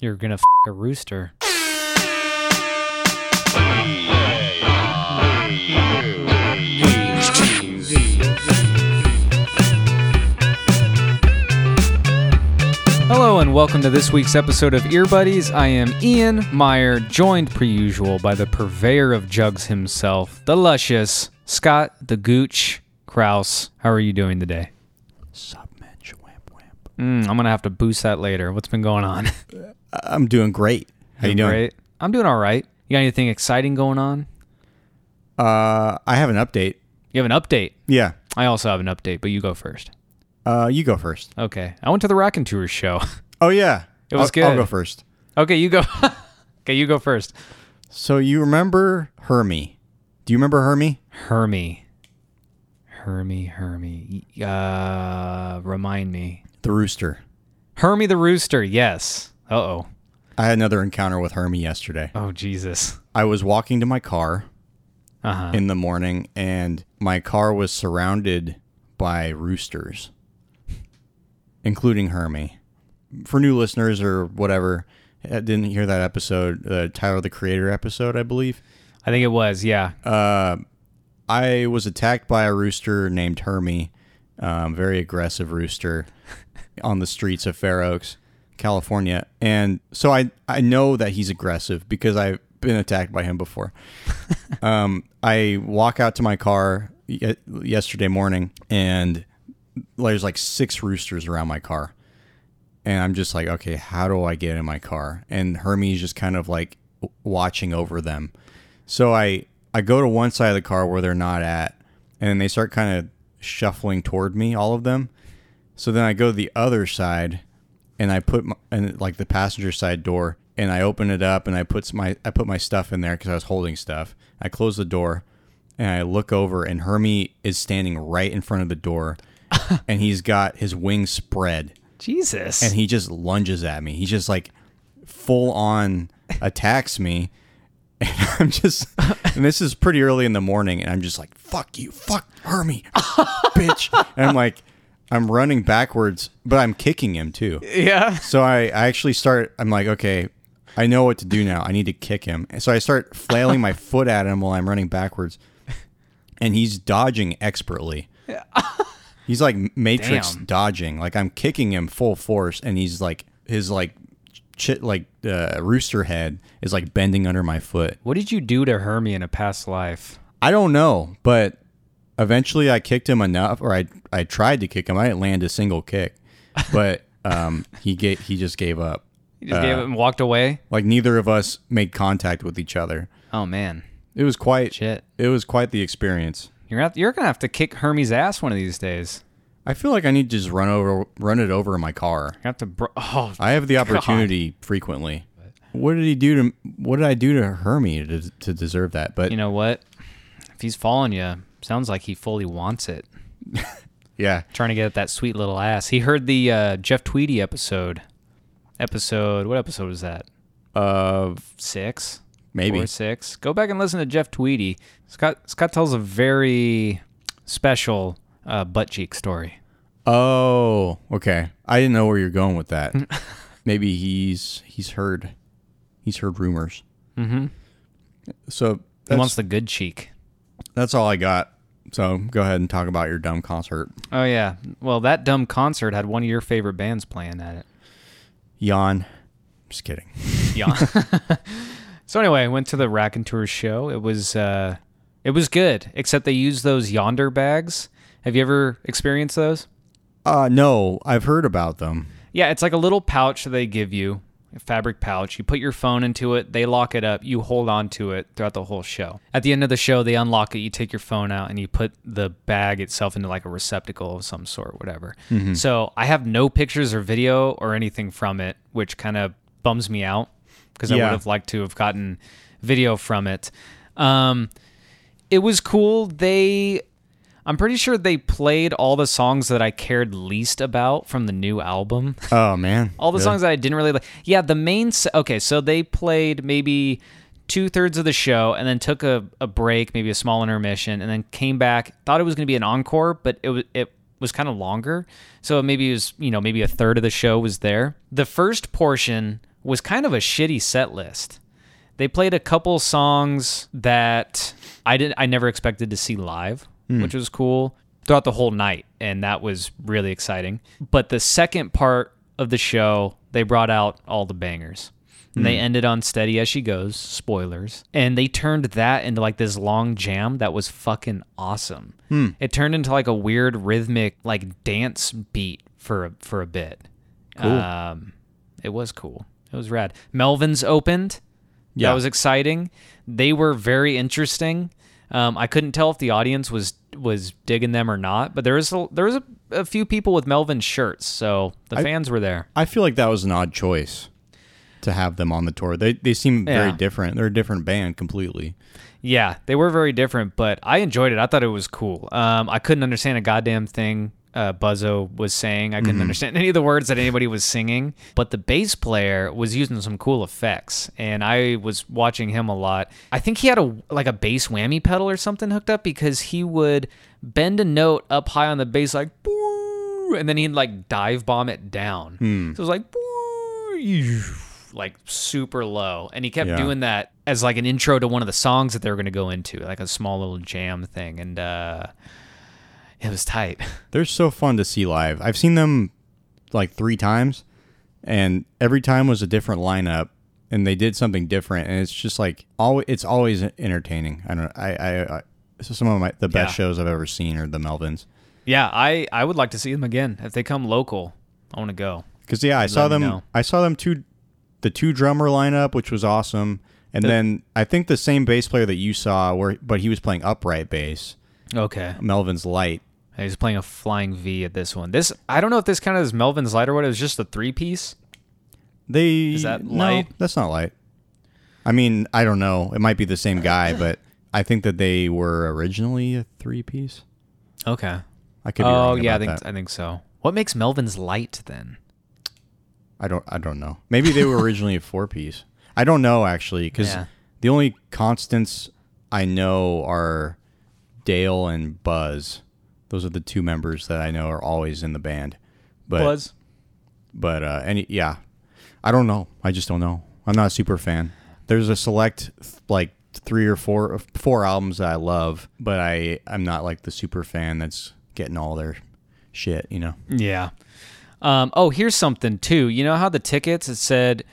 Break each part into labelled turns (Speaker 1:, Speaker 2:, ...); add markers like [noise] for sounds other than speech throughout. Speaker 1: You're gonna f- a rooster. Hello and welcome to this week's episode of Ear Buddies. I am Ian Meyer, joined per usual by the purveyor of jugs himself, the luscious Scott the Gooch Kraus. How are you doing today? Mm, I'm gonna have to boost that later. What's been going on? [laughs]
Speaker 2: I'm doing great. How you doing?
Speaker 1: Great. I'm doing all right. You got anything exciting going on?
Speaker 2: Uh, I have an update.
Speaker 1: You have an update.
Speaker 2: Yeah.
Speaker 1: I also have an update, but you go first.
Speaker 2: Uh, you go first.
Speaker 1: Okay. I went to the Rockin' Tours show. [laughs]
Speaker 2: Oh yeah.
Speaker 1: It was
Speaker 2: I'll, I'll
Speaker 1: good.
Speaker 2: go first.
Speaker 1: okay, you go. [laughs] okay, you go first.
Speaker 2: So you remember Hermie? Do you remember Hermie?
Speaker 1: Hermie. Hermie, Hermie. Y- Uh, remind me.
Speaker 2: The rooster.
Speaker 1: Hermie the Rooster, yes. Uh oh.
Speaker 2: I had another encounter with Hermie yesterday.
Speaker 1: Oh, Jesus.
Speaker 2: I was walking to my car
Speaker 1: Uh huh.
Speaker 2: in the morning, and my car was surrounded by roosters, including Hermie. For new listeners or whatever, uh, didn't hear that episode, uh, Tyler the Creator episode, I believe.
Speaker 1: I think it was, yeah.
Speaker 2: Uh, I was attacked by a rooster named Hermie, um, very aggressive rooster, [laughs] on the streets of Fair Oaks, California. And so I I know that he's aggressive because I've been attacked by him before. um, I walk out to my car ye- yesterday morning, and there's like six roosters around my car. And I'm just like, okay, how do I get in my car? And Hermie's just kind of like w- watching over them. So I I go to one side of the car where they're not at, and then they start kind of shuffling toward me, all of them. So then I go to the other side, and I put my, and like the passenger side door, and I open it up, and I put s- my I put my stuff in there because I was holding stuff. I close the door, and I look over, and Hermie is standing right in front of the door, and he's got his wings spread,
Speaker 1: Jesus.
Speaker 2: and he just lunges at me. He just like full on attacks me. And [laughs] I'm just, and this is pretty early in the morning, and I'm just like, fuck you, fuck Hermie, bitch. And I'm like, I'm running backwards, but I'm kicking him too.
Speaker 1: [laughs] yeah.
Speaker 2: So I, I actually start, I'm like, okay, I know what to do now. I need to kick him. And so I start flailing my foot at him while I'm running backwards, and he's dodging expertly. He's like Matrix
Speaker 1: Damn.
Speaker 2: dodging. Like I'm kicking him full force, and he's like his like chit like uh, rooster head is like bending under my foot.
Speaker 1: What did you do to Hermie in a past life?
Speaker 2: I don't know, but eventually I kicked him enough, or I I tried to kick him. I didn't land a single kick, but um he ga- he just gave up.
Speaker 1: You just
Speaker 2: Uh,
Speaker 1: gave it and walked away?
Speaker 2: Like neither of us made contact with each other.
Speaker 1: Oh, man.
Speaker 2: It was quite
Speaker 1: Shit.
Speaker 2: it was quite the experience.
Speaker 1: You're, gonna have- you're going to have to kick Hermie's ass one of these days.
Speaker 2: I feel like I need to just run over run it over in my car.
Speaker 1: You have to. Br- oh,
Speaker 2: I
Speaker 1: [laughs]
Speaker 2: have the opportunity frequently. What did he do to? What did I do to Hermie to, to deserve that? But
Speaker 1: you know what? If he's following you, sounds like he fully wants it.
Speaker 2: yeah,
Speaker 1: Trying to get at that sweet little ass. He heard the uh, Jeff Tweedy episode. Episode. What episode was that?
Speaker 2: uh,
Speaker 1: Six.
Speaker 2: maybe
Speaker 1: Four, six. Go back and listen to Jeff Tweedy. Scott Scott tells a very special uh, butt cheek story.
Speaker 2: Oh, okay. I didn't know where you're going
Speaker 1: [laughs]
Speaker 2: with that. Maybe he's he's heard he's heard rumors. Mm-hmm. So
Speaker 1: He
Speaker 2: that's,
Speaker 1: wants the good cheek.
Speaker 2: that's all I got. So go ahead and talk about your dumb concert.
Speaker 1: Oh yeah. Well, that dumb concert had one of your favorite bands playing at it.
Speaker 2: Yawn. Just kidding.
Speaker 1: Yeah. [laughs] so anyway, I went to the Rack and Tour show. It was uh, it was good, except they used those yonder bags. Have you ever experienced those?
Speaker 2: Uh no, I've heard about them.
Speaker 1: Yeah, it's like a little pouch that they give you, a fabric pouch. You put your phone into it, they lock it up, you hold on to it throughout the whole show. At the end of the show, they unlock it, you take your phone out, and you put the bag itself into like a receptacle of some sort, whatever. So I have no pictures or video or anything from it, which kind of bums me out because I
Speaker 2: Yeah.
Speaker 1: would have liked to have gotten video from it. Um, it was cool. They I'm pretty sure they played all the songs that I cared least about from the new album.
Speaker 2: Oh man.
Speaker 1: [laughs] All the
Speaker 2: Really?
Speaker 1: songs that I didn't really like. Yeah, the main. s- Okay, so they played maybe two thirds of the show and then took a, a break, maybe a small intermission, and then came back. Thought it was going to be an encore, but it was it was kind of longer. So maybe it was you know maybe a third of the show was there. The first portion was kind of a shitty set list. They played a couple songs that I didn't I never expected to see live, which was cool throughout the whole night and that was really exciting. But the second part of the show, they brought out all the bangers. And they ended on Steady as She Goes, spoilers. And they turned that into like this long jam that was fucking awesome. It turned into like a weird rhythmic like dance beat for a, for a bit.
Speaker 2: Cool.
Speaker 1: Um, it was cool. It was rad. Melvin's opened.
Speaker 2: Yeah.
Speaker 1: That was exciting. They were very interesting. Um, I couldn't tell if the audience was was digging them or not, but there was a, there was a, a few people with Melvin's shirts, so the fans were there.
Speaker 2: I feel like that was an odd choice to have them on the tour. They they seem very
Speaker 1: Yeah.
Speaker 2: different. They're a different band completely.
Speaker 1: Yeah, they were very different, but I enjoyed it. I thought it was cool. Um, I couldn't understand a goddamn thing uh, Buzzo was saying. I couldn't understand [laughs] any of the words that anybody was singing. But the bass player was using some cool effects, and I was watching him a lot. I think he had a like a bass whammy pedal or something hooked up because he would bend a note up high on the bass like, "Boo," and then he'd like dive bomb it down. So it was like. "Boo," like super low and he kept
Speaker 2: Yeah.
Speaker 1: doing that as like an intro to one of the songs that they were going to go into like a small little jam thing and uh it was tight [laughs]
Speaker 2: They're so fun to see live. I've seen them like three times, and every time was a different lineup, and they did something different, and it's just like all it's always entertaining. I don't. I. I, I so some of my the best
Speaker 1: Yeah.
Speaker 2: shows I've ever seen are the Melvins.
Speaker 1: yeah i i would like to see them again if they come local i want to go
Speaker 2: Because yeah, I saw
Speaker 1: me
Speaker 2: them.
Speaker 1: know.
Speaker 2: I saw them two, the two drummer lineup, which was awesome, and then I think the same bass player that you saw, where but he was playing upright bass,
Speaker 1: okay
Speaker 2: Melvin's light.
Speaker 1: he's playing a flying v at this one this i don't know if this kind of is melvin's light or what it was just a three piece
Speaker 2: They
Speaker 1: Is that
Speaker 2: no,
Speaker 1: light?
Speaker 2: that's not light. I mean, I don't know. It might be the same
Speaker 1: [laughs]
Speaker 2: guy, but I think that they were originally a three piece.
Speaker 1: okay
Speaker 2: I could. Be
Speaker 1: oh
Speaker 2: wrong
Speaker 1: yeah i
Speaker 2: about
Speaker 1: think
Speaker 2: that.
Speaker 1: i think so what makes melvin's light then
Speaker 2: I don't. I don't know. Maybe they were originally a four piece. I don't know actually, because
Speaker 1: Yeah.
Speaker 2: the only constants I know are Dale and Buzz. Those are the two members that I know are always in the band. But
Speaker 1: was
Speaker 2: but uh, any yeah, I don't know. I just don't know. I'm not a super fan. There's a select th- like three or four four albums that I love, but I I'm not like the super fan that's getting all their shit. You know.
Speaker 1: Yeah. Um, oh, here's something too. You know how the tickets it said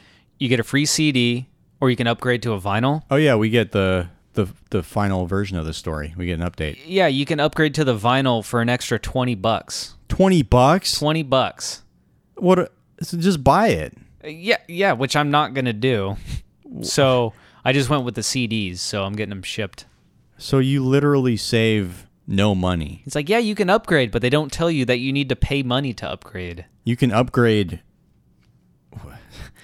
Speaker 1: you get a free CD or you can upgrade to a vinyl.
Speaker 2: Oh yeah, we get the the the final version of the story. We get an update.
Speaker 1: Yeah, you can upgrade to the vinyl for an extra twenty bucks.
Speaker 2: Twenty bucks?
Speaker 1: Twenty bucks.
Speaker 2: What? A, so just buy it.
Speaker 1: Uh, Yeah, yeah, which I'm not gonna do. So I just went with the CDs. So I'm getting them shipped.
Speaker 2: So you literally save no money.
Speaker 1: It's like yeah, you can upgrade, but they don't tell you that you need to pay money to upgrade.
Speaker 2: You can upgrade.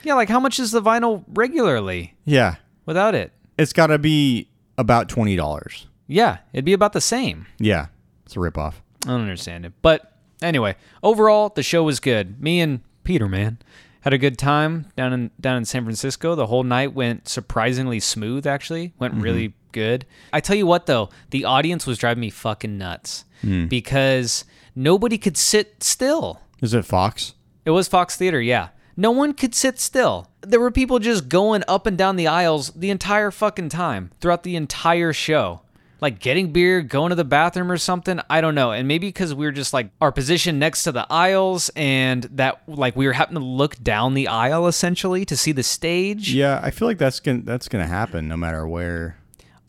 Speaker 1: Yeah, like how much is the vinyl regularly
Speaker 2: Yeah,
Speaker 1: without it?
Speaker 2: it's got to be about twenty dollars.
Speaker 1: Yeah, it'd be about the same.
Speaker 2: Yeah, it's a ripoff.
Speaker 1: I don't understand it. But anyway, overall the show was good. Me and Peter, man, had a good time down in down in San Francisco. The whole night went surprisingly smooth actually. Went really good. I tell you what though, the audience was driving me fucking nuts because nobody could sit still.
Speaker 2: Is it Fox?
Speaker 1: It was Fox Theater, yeah. No one could sit still. There were people just going up and down the aisles the entire fucking time throughout the entire show. Like getting beer, going to the bathroom or something. I don't know. And maybe because we were just like our position next to the aisles and that, like, we were having to look down the aisle essentially to see the stage.
Speaker 2: Yeah, I feel like that's gonna that's gonna happen no matter where.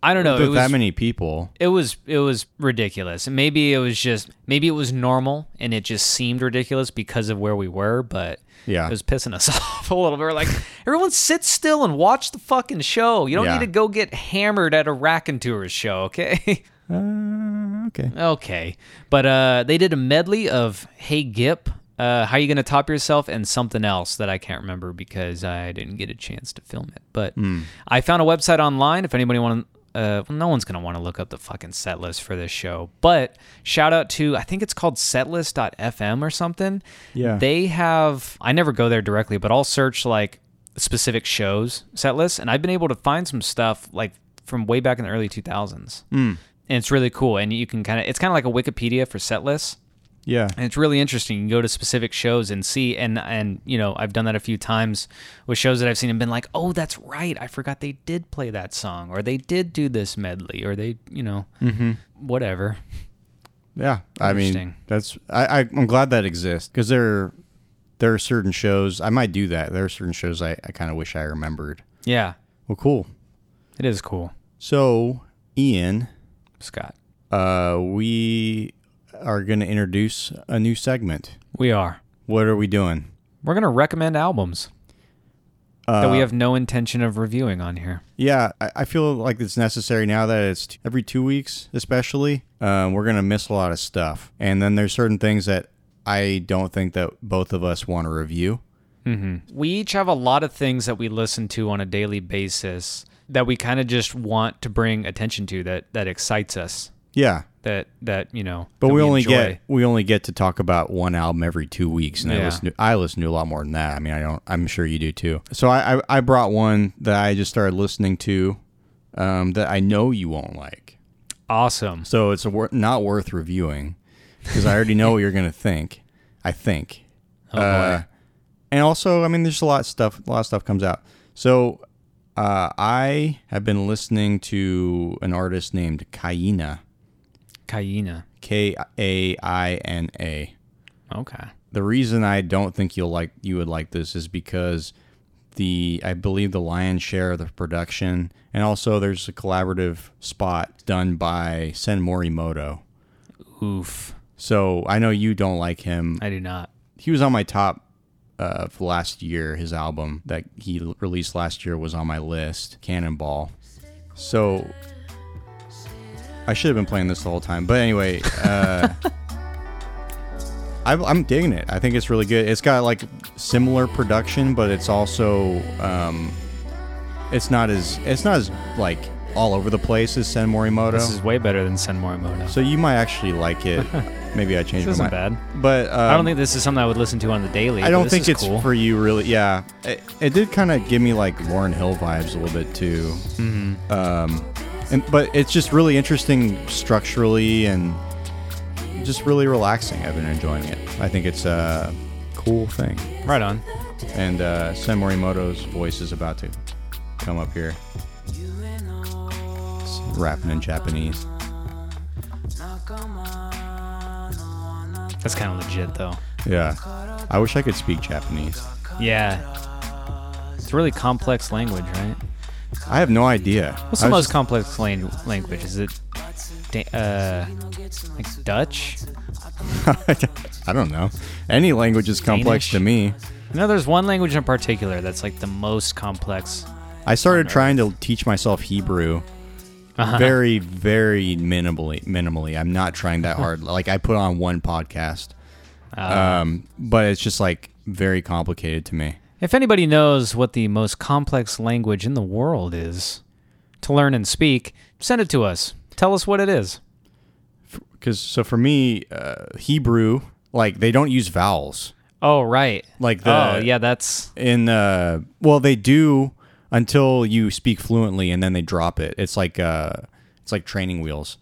Speaker 1: I don't know.
Speaker 2: With
Speaker 1: Oh, It was,
Speaker 2: that many people,
Speaker 1: it was it was ridiculous. And Maybe it was just maybe it was normal and it just seemed ridiculous because of where we were, but
Speaker 2: Yeah.
Speaker 1: it was pissing us [laughs] off a little bit. We're like, everyone sit still and watch the fucking show. You don't
Speaker 2: Yeah.
Speaker 1: need to go get hammered at a rack and tours show, okay? [laughs]
Speaker 2: uh, okay.
Speaker 1: okay. But uh they did a medley of Hey Gip, uh, how you gonna top yourself and something else that I can't remember because I didn't get a chance to film it. But
Speaker 2: Hmm.
Speaker 1: I found a website online if anybody want to uh, well, no one's going to want to look up the fucking set list for this show. But shout out to, I think it's called setlist.fm or something.
Speaker 2: Yeah.
Speaker 1: They have, I never go there directly, but I'll search like specific shows, set lists, and I've been able to find some stuff like from way back in the early 2000s. Mm. And it's really cool. And you can kind of, it's kind of like a Wikipedia for set lists.
Speaker 2: Yeah.
Speaker 1: and it's really interesting. You can go to specific shows and see, and and you know, I've done that a few times with shows that I've seen and been like, oh, that's right, I forgot they did play that song, or they did do this medley, or they, you know, whatever.
Speaker 2: Yeah, I mean
Speaker 1: Interesting.
Speaker 2: that's I, I I'm glad that exists because there there are certain shows I might do that. There are certain shows I, I kind of wish I remembered.
Speaker 1: Yeah,
Speaker 2: Well, cool.
Speaker 1: it is cool,
Speaker 2: So Ian,
Speaker 1: Scott.
Speaker 2: uh, we are going to introduce a new segment.
Speaker 1: We are.
Speaker 2: What are we doing?
Speaker 1: We're gonna recommend albums
Speaker 2: Uh,
Speaker 1: that we have no intention of reviewing on here.
Speaker 2: Yeah, I, I feel like it's necessary now that it's t- every two weeks, especially. Um, we're gonna miss a lot of stuff, and then there's certain things that I don't think that both of us want to review.
Speaker 1: We each have a lot of things that we listen to on a daily basis that we kind of just want to bring attention to that that excites us.
Speaker 2: Yeah,
Speaker 1: That that you know,
Speaker 2: But
Speaker 1: that
Speaker 2: we, only
Speaker 1: enjoy.
Speaker 2: get we only get to talk about one album every two weeks, and I
Speaker 1: Yeah.
Speaker 2: listen to I listen to a lot more than that. I mean, I don't. I'm sure you do too. So I I, I brought one that I just started listening to, um, that I know you won't like.
Speaker 1: awesome.
Speaker 2: So it's a wor- not worth reviewing because I already know what you're gonna think. I think.
Speaker 1: [laughs] Oh,
Speaker 2: Uh, and also, I mean, there's a lot of stuff. A lot of stuff comes out. So uh, I have been listening to an artist named Kaina,
Speaker 1: Kayena.
Speaker 2: K A I N A.
Speaker 1: Okay.
Speaker 2: the reason I don't think you'll like you would like this is because the I believe the lion's share of the production and also there's a collaborative spot done by Sen Morimoto.
Speaker 1: Oof.
Speaker 2: So I know you don't like him.
Speaker 1: I do not.
Speaker 2: He was on my top uh, of last year. His album that he l- released last year was on my list, Cannonball. So I should have been playing this the whole time, but anyway. Uh, [laughs] I, I'm digging it. I think it's really good. It's got like similar production, but it's also um, it's not as it's not as like all over the place as Sen Morimoto.
Speaker 1: This is way better than Sen Morimoto.
Speaker 2: so you might actually like it.
Speaker 1: [laughs]
Speaker 2: Maybe I changed
Speaker 1: This
Speaker 2: my
Speaker 1: isn't
Speaker 2: mind.
Speaker 1: bad.
Speaker 2: But um,
Speaker 1: I don't think this is something I would listen to on the daily.
Speaker 2: I
Speaker 1: but
Speaker 2: don't
Speaker 1: this
Speaker 2: think
Speaker 1: is
Speaker 2: it's
Speaker 1: cool.
Speaker 2: for you, really. Yeah, it, it did kind of give me like Lauren Hill vibes a little bit too. Mm-hmm. Um, and but it's just really interesting structurally and just really relaxing. I've been enjoying it. I think it's a cool thing.
Speaker 1: right on.
Speaker 2: And uh, Sam Morimoto's voice is about to come up here. It's rapping in Japanese.
Speaker 1: That's kind of legit though.
Speaker 2: Yeah, I wish I could speak Japanese.
Speaker 1: Yeah. It's a really complex language, right?
Speaker 2: I have no idea.
Speaker 1: What's
Speaker 2: I
Speaker 1: the
Speaker 2: was
Speaker 1: most
Speaker 2: just-
Speaker 1: complex lan- language? Is it da- uh like Dutch?
Speaker 2: [laughs] I don't know. Any language is
Speaker 1: Danish?
Speaker 2: complex to me.
Speaker 1: I know there's one language in particular that's like the most complex.
Speaker 2: I started trying to teach myself Hebrew
Speaker 1: Uh-huh.
Speaker 2: very, very minimally. Minimally, I'm not trying that
Speaker 1: [laughs]
Speaker 2: hard. like I put on one podcast,
Speaker 1: Ah.
Speaker 2: um, but it's just like very complicated to me.
Speaker 1: If anybody knows what the most complex language in the world is to learn and speak, send it to us. Tell us what it is.
Speaker 2: Because so for me, uh, Hebrew, like they don't use vowels.
Speaker 1: Oh, right.
Speaker 2: Like the-
Speaker 1: Oh, yeah, that's
Speaker 2: in uh well they do until you speak fluently and then they drop it it's like uh it's like training wheels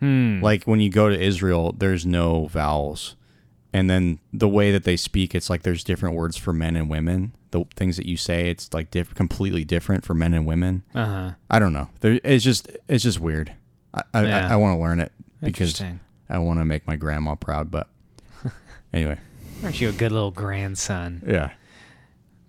Speaker 1: Hmm.
Speaker 2: like when you go to israel there's no vowels and then the way that they speak it's like there's different words for men and women the things that you say it's like diff- completely different for men and women
Speaker 1: uh-huh.
Speaker 2: i don't know there, it's just it's just weird i i,
Speaker 1: Yeah.
Speaker 2: I, I want to learn it because
Speaker 1: Interesting.
Speaker 2: i want to make my grandma
Speaker 1: [laughs]
Speaker 2: proud but anyway
Speaker 1: Aren't you a good little grandson?
Speaker 2: yeah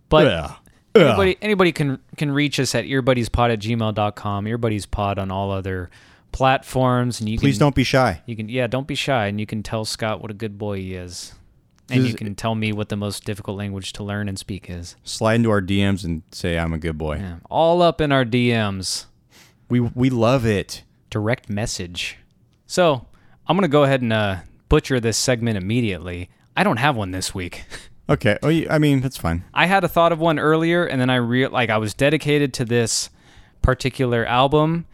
Speaker 1: But
Speaker 2: yeah
Speaker 1: anybody anybody can can reach us at earbuddiespodd at gmail.com, earbuddiespodd on all other platforms and you
Speaker 2: please
Speaker 1: can
Speaker 2: don't be shy
Speaker 1: you can yeah, don't be shy and you can tell Scott what a good boy he is. And you
Speaker 2: Just-
Speaker 1: can tell me what the most difficult language to learn and speak is.
Speaker 2: slide into our DMs and say I'm a good boy.
Speaker 1: Yeah. All up in our DMs.
Speaker 2: We we love it.
Speaker 1: direct message. So I'm gonna go ahead and uh, butcher this segment immediately. I don't have one this week. [laughs]
Speaker 2: Okay. Oh, you- I mean that's fine.
Speaker 1: I had a thought of one earlier, and then I real like I was dedicated to this particular album,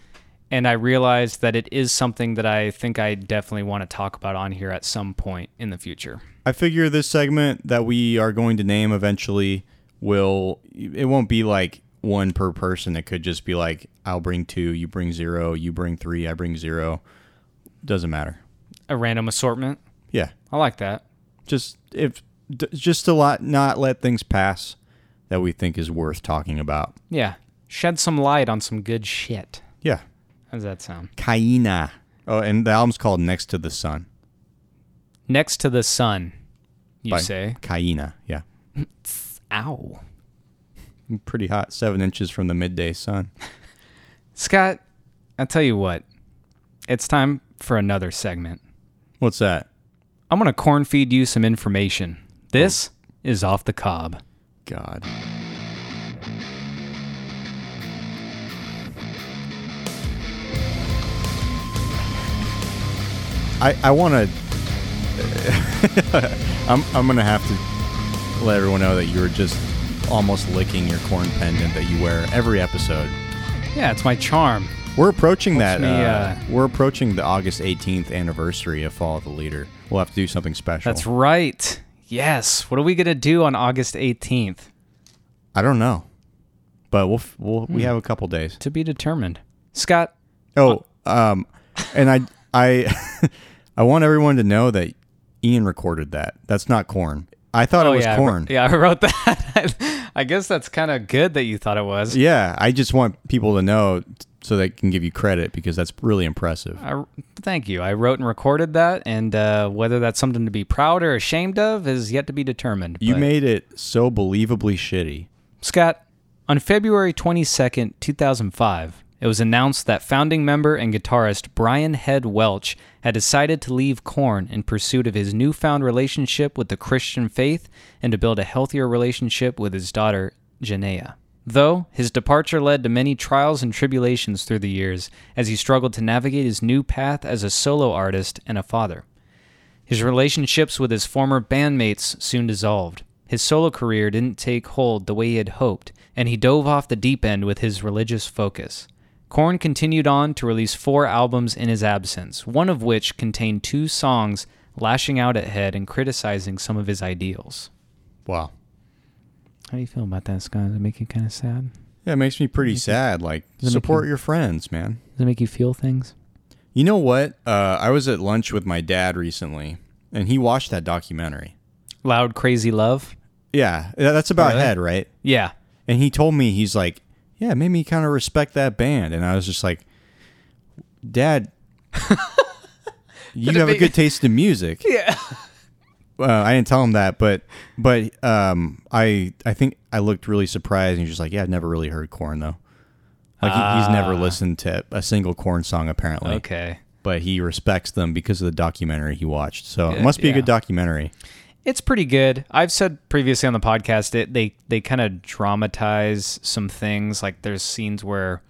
Speaker 1: and I realized that it is something that I think I definitely want to talk about on here at some point in the future.
Speaker 2: I figure this segment that we are going to name eventually will it won't be like one per person. It could just be like I'll bring two, you bring zero, you bring three, I bring zero. Doesn't matter.
Speaker 1: A random assortment.
Speaker 2: Yeah,
Speaker 1: I like that.
Speaker 2: just if d- just to lot not let things pass that we think is worth talking about.
Speaker 1: Yeah. Shed some light on some good shit.
Speaker 2: Yeah,
Speaker 1: How does that sound?
Speaker 2: Kaina. Oh, and the album's called Next to the Sun.
Speaker 1: Next to the sun, you
Speaker 2: by
Speaker 1: say.
Speaker 2: Kaina. Yeah,
Speaker 1: Ow.
Speaker 2: pretty hot. Seven inches from the midday sun.
Speaker 1: Scott, I'll tell you what. It's time for another segment.
Speaker 2: What's that?
Speaker 1: I'm going to corn feed you some information. This is Off the Cob.
Speaker 2: God. I I want to. [laughs] I'm I'm gonna have to let everyone know that you were just almost licking your corn pendant that you wear every episode.
Speaker 1: Yeah, it's my charm.
Speaker 2: We're approaching that.
Speaker 1: me,
Speaker 2: uh,
Speaker 1: uh,
Speaker 2: we're approaching the August 18th anniversary of Fall of the Leader. We'll have to do something special.
Speaker 1: That's right. Yes. What are we going to do on August 18th?
Speaker 2: I don't know, but we'll, f- we'll we have a couple days.
Speaker 1: To be determined. Scott,
Speaker 2: Oh, um, and I, I, [laughs] I want everyone to know that Ian recorded that. That's not corn. I thought it was
Speaker 1: Oh, yeah, I wr-
Speaker 2: corn.
Speaker 1: yeah, I wrote [laughs] that. [laughs] I guess that's kind of good that you thought it was.
Speaker 2: Yeah, I just want people to know t- so they can give you credit because that's really impressive.
Speaker 1: I, thank you. I wrote and recorded that, and uh, whether that's something to be proud or ashamed of is yet to be determined.
Speaker 2: You
Speaker 1: but-
Speaker 2: made it so believably shitty.
Speaker 1: Scott, on February 22nd, 2005, it was announced that founding member and guitarist Brian Head Welch had decided to leave Korn in pursuit of his newfound relationship with the Christian faith and to build a healthier relationship with his daughter, Janaea. Though his departure led to many trials and tribulations through the years as he struggled to navigate his new path as a solo artist and a father. His relationships with his former bandmates soon dissolved. His solo career didn't take hold the way he had hoped, and he dove off the deep end with his religious focus. Korn continued on to release four albums in his absence, one of which contained two songs lashing out at Head and criticizing some of his ideals.
Speaker 2: Wow.
Speaker 1: How do you feel about that, Scott? Does it make you kind of sad?
Speaker 2: Yeah, it makes me pretty sad. Like
Speaker 1: it make
Speaker 2: support your friends, man.
Speaker 1: Does it make you feel things?
Speaker 2: You know what? Uh, I was at lunch with my dad recently, and he watched that documentary.
Speaker 1: Loud, crazy love?
Speaker 2: Yeah, tha- that's about
Speaker 1: Really?
Speaker 2: head, right?
Speaker 1: Yeah.
Speaker 2: And he told me he's like, yeah, it made me kind of respect that band, and I was just like, Dad, you
Speaker 1: it
Speaker 2: have a
Speaker 1: be-
Speaker 2: good taste in music.
Speaker 1: [laughs] Yeah.
Speaker 2: Uh, I didn't tell him that, but but um, I I think I looked really surprised, and he's just like, yeah, I've never really heard Corn though. Like he, he's never listened to a single Corn song apparently.
Speaker 1: Ah. Okay.
Speaker 2: but he respects them because of the documentary he watched. So it
Speaker 1: Yeah,
Speaker 2: must be a
Speaker 1: yeah.
Speaker 2: good documentary.
Speaker 1: It's pretty good. I've said previously on the podcast it they they kind of dramatize some things. Like there's scenes where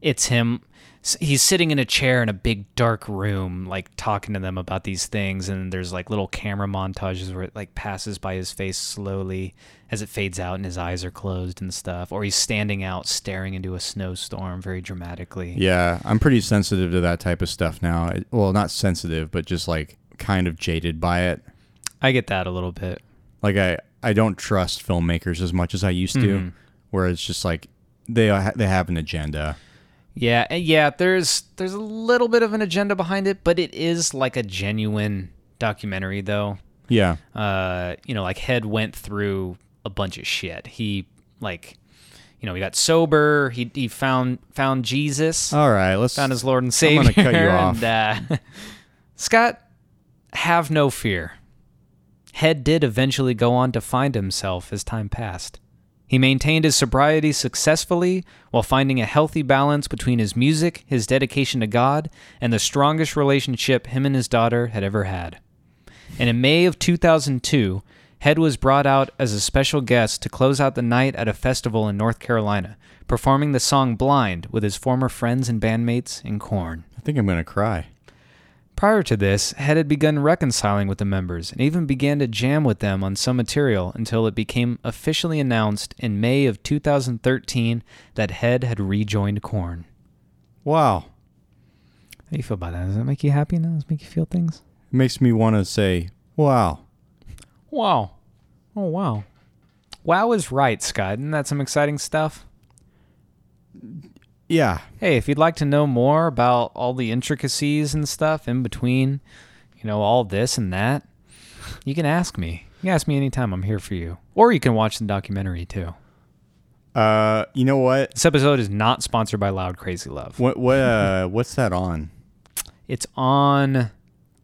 Speaker 1: it's him s- he's sitting in a chair in a big dark room like talking to them about these things and there's like little camera montages where it like passes by his face slowly as it fades out and his eyes are closed and stuff or he's standing out staring into a snowstorm very dramatically
Speaker 2: Yeah, I'm pretty sensitive to that type of stuff now. It- Well, not sensitive, but just like kind of jaded by it.
Speaker 1: i get that a little bit
Speaker 2: Like I I don't trust filmmakers as much as I used to, where it's just like they ha- they have an agenda.
Speaker 1: Yeah, and yeah, there's there's a little bit of an agenda behind it, but it is like a genuine documentary though.
Speaker 2: Yeah.
Speaker 1: Uh, you know, like Head went through a bunch of shit. He like you know, he got sober, he he found found Jesus,
Speaker 2: All right, let's
Speaker 1: found his Lord and
Speaker 2: I'm
Speaker 1: Savior.
Speaker 2: gonna cut you off.
Speaker 1: And, uh, [laughs] Scott, have no fear. Head did eventually go on to find himself as time passed. He maintained his sobriety successfully while finding a healthy balance between his music, his dedication to God, and the strongest relationship him and his daughter had ever had. And in May of 2002, Head was brought out as a special guest to close out the night at a festival in North Carolina, performing the song Blind with his former friends and bandmates in Korn.
Speaker 2: I think I'm going to cry.
Speaker 1: Prior to this, Head had begun reconciling with the members and even began to jam with them on some material until it became officially announced in May of 2013 that Head had rejoined Korn.
Speaker 2: Wow.
Speaker 1: How do you feel about that? Does that make you happy now? Does it make you feel things?
Speaker 2: It makes me want to say, "Wow."
Speaker 1: Wow. Oh, wow. Wow is right, Scott. Isn't that some exciting stuff?
Speaker 2: Yeah.
Speaker 1: Hey, if you'd like to know more about all the intricacies and stuff in between, you know, all this and that, you can ask me. You can ask me anytime. I'm here for you. Or you can watch the documentary too.
Speaker 2: Uh, you know what?
Speaker 1: This episode is not sponsored by Loud Crazy Love.
Speaker 2: What what uh, what's that on?
Speaker 1: It's on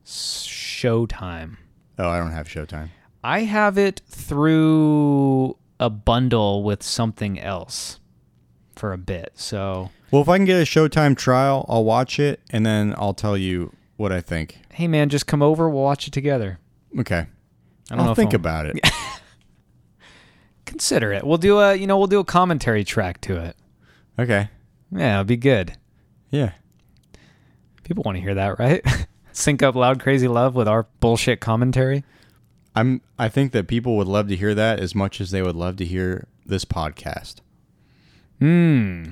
Speaker 1: Showtime.
Speaker 2: Oh, I don't have Showtime.
Speaker 1: I have it through a bundle with something else for a bit. So,
Speaker 2: Well, if I can get a Showtime trial, I'll watch it and then I'll tell you what I think.
Speaker 1: hey man, just come over. We'll watch it together.
Speaker 2: Okay.
Speaker 1: I don't
Speaker 2: I'll
Speaker 1: know.
Speaker 2: think
Speaker 1: if I'll- [laughs]
Speaker 2: about it.
Speaker 1: Consider it. We'll do a you know we'll do a commentary track to it.
Speaker 2: okay.
Speaker 1: Yeah, it'll be good.
Speaker 2: Yeah.
Speaker 1: People want to hear that, right? [laughs] Sync up loud, crazy love with our bullshit commentary.
Speaker 2: I'm I think that people would love to hear that as much as they would love to hear this podcast.
Speaker 1: Hmm.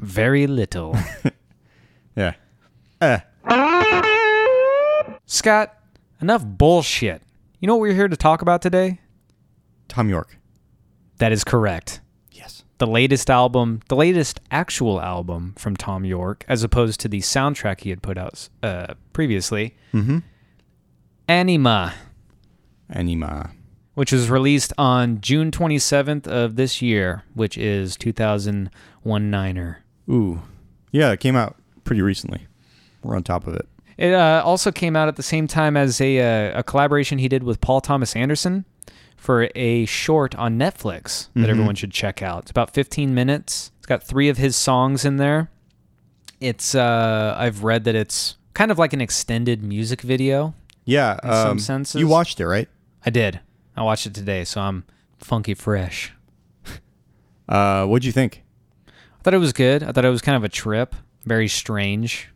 Speaker 1: Very little.
Speaker 2: Yeah. Eh.
Speaker 1: Scott, enough bullshit. You know what we're here to talk about today?
Speaker 2: Tom York.
Speaker 1: That is correct.
Speaker 2: Yes.
Speaker 1: the latest album, the latest actual album from Tom York, as opposed to the soundtrack he had put out uh, previously,
Speaker 2: Mm-hmm.
Speaker 1: Anima,
Speaker 2: Anima.
Speaker 1: which was released on June 27th of this year, which is 2001 Niner.
Speaker 2: Ooh. Yeah, it came out pretty recently. We're on top of it.
Speaker 1: It uh, also came out at the same time as a, uh, a collaboration he did with Paul Thomas Anderson for a short on Netflix that everyone should check out. It's about 15 minutes. It's got three of his songs in there. It's uh, I've read that it's kind of like an extended music video.
Speaker 2: Yeah.
Speaker 1: In some
Speaker 2: um,
Speaker 1: senses.
Speaker 2: You watched it, right?
Speaker 1: I did. I watched it today, so I'm funky fresh.
Speaker 2: Uh, what'd you think?
Speaker 1: I thought it was good. I thought it was kind of a trip, very strange,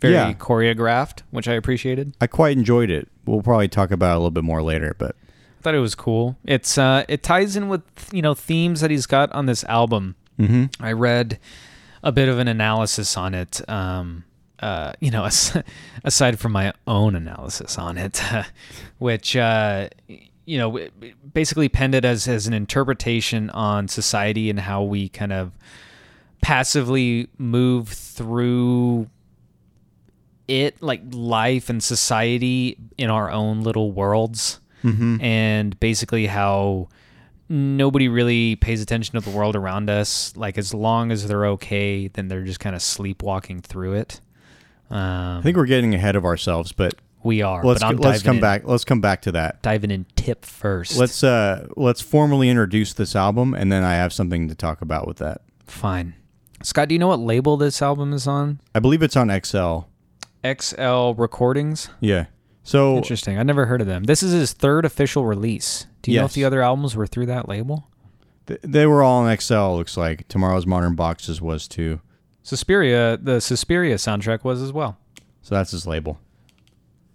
Speaker 1: very
Speaker 2: Yeah.
Speaker 1: choreographed, which I appreciated.
Speaker 2: I quite enjoyed it. We'll probably talk about it a little bit more later, but
Speaker 1: I thought it was cool. It's uh, it ties in with you know themes that he's got on this album.
Speaker 2: mm-hmm.
Speaker 1: I read a bit of an analysis on it. Um, uh, you know, [laughs] as, aside from my own analysis on it, [laughs] which uh, you know w- basically penned it as as an interpretation on society and how we kind of passively move through it like life and society in our own little worlds and basically how nobody really pays attention to the world around us like as long as they're okay then they're just kind of sleepwalking through it um,
Speaker 2: I think we're getting ahead of ourselves, but
Speaker 1: we are
Speaker 2: let's
Speaker 1: but I'm
Speaker 2: let's
Speaker 1: diving
Speaker 2: come
Speaker 1: in-
Speaker 2: back. Let's come back to that.
Speaker 1: diving in tip 1st
Speaker 2: Let's uh let's formally introduce this album, and then I have something to talk about with that.
Speaker 1: fine scott do you know what label this album is on
Speaker 2: I believe it's on XL.
Speaker 1: xl recordings
Speaker 2: Yeah. So
Speaker 1: Interesting. I never heard of them. This is his third official release. Do you know if
Speaker 2: Yes.
Speaker 1: the other albums were through that label?
Speaker 2: th- they were all on XL. Looks like tomorrow's Modern Boxes was too.
Speaker 1: Suspiria, the Suspiria soundtrack was as well.
Speaker 2: So that's his label.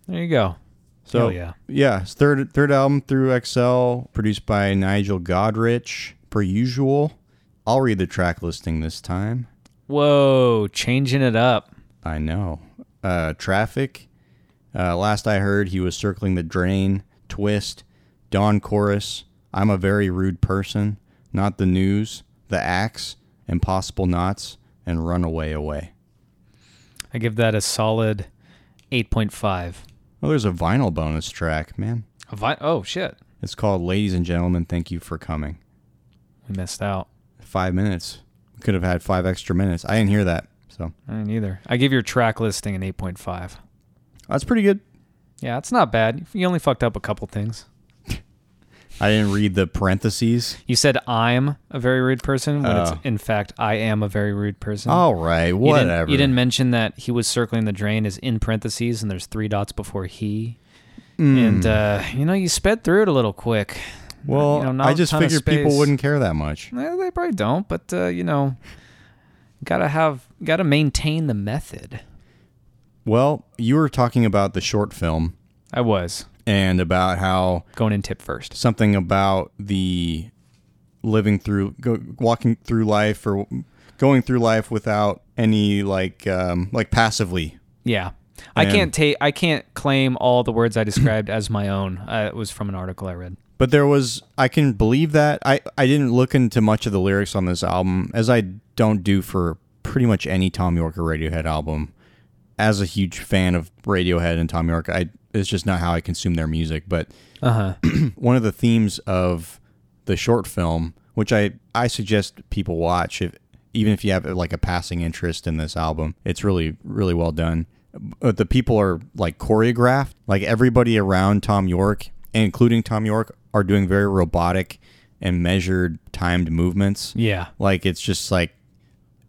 Speaker 1: There you go.
Speaker 2: So
Speaker 1: Hell yeah.
Speaker 2: yeah, his third third album through XL, produced by Nigel Godrich, per usual. I'll read the track listing this time.
Speaker 1: Whoa, changing it up.
Speaker 2: I know. Uh, traffic. Uh, last I heard, he was circling the drain. Twist. Dawn chorus. I'm a very rude person. Not the news. The axe. Impossible knots. And runaway away.
Speaker 1: I give that a solid 8.5.
Speaker 2: Oh, there's a vinyl bonus track, man.
Speaker 1: A vi- oh, shit.
Speaker 2: It's called Ladies and Gentlemen, Thank You for Coming.
Speaker 1: We missed out.
Speaker 2: Five minutes. We could have had five extra minutes. I didn't hear that. So
Speaker 1: I didn't either. I give your track listing an 8.5.
Speaker 2: that's pretty good.
Speaker 1: Yeah, it's not bad. You only fucked up a couple things.
Speaker 2: I didn't read the parentheses.
Speaker 1: You said I'm a very rude person when it's
Speaker 2: Oh.
Speaker 1: in fact I am a very rude person.
Speaker 2: All right,
Speaker 1: You didn't-
Speaker 2: whatever.
Speaker 1: You didn't, mention that he was circling the drain is in parentheses and there's three dots before he. And uh, you know, you sped through it a little quick.
Speaker 2: well,
Speaker 1: you know, not
Speaker 2: I
Speaker 1: a
Speaker 2: just
Speaker 1: ton of
Speaker 2: figured people
Speaker 1: space.
Speaker 2: wouldn't care that much.
Speaker 1: Eh, they probably don't, but uh, you know, gotta have, gotta maintain the method.
Speaker 2: Well, you were talking about the short film
Speaker 1: I was
Speaker 2: and about how
Speaker 1: going in tip first.
Speaker 2: something about the living through, go, walking through life or going through life without any like, um, like passively.
Speaker 1: Yeah, I
Speaker 2: And-
Speaker 1: can't take, I can't claim all the words I described as my own. Uh, it was from an article I read.
Speaker 2: But there was, I can believe that. I, I didn't look into much of the lyrics on this album, as I don't do for pretty much any Tom York or Radiohead album. As a huge fan of Radiohead and Tom York, I it's just not how I consume their music. But
Speaker 1: Uh huh.
Speaker 2: [clears throat] one of the themes of the short film, which I, I suggest people watch, if, even if you have like a passing interest in this album, it's really, really well done. But the people are like choreographed, like everybody around Tom York, including Tom York, are doing very robotic and measured timed movements.
Speaker 1: Yeah.
Speaker 2: Like it's just like,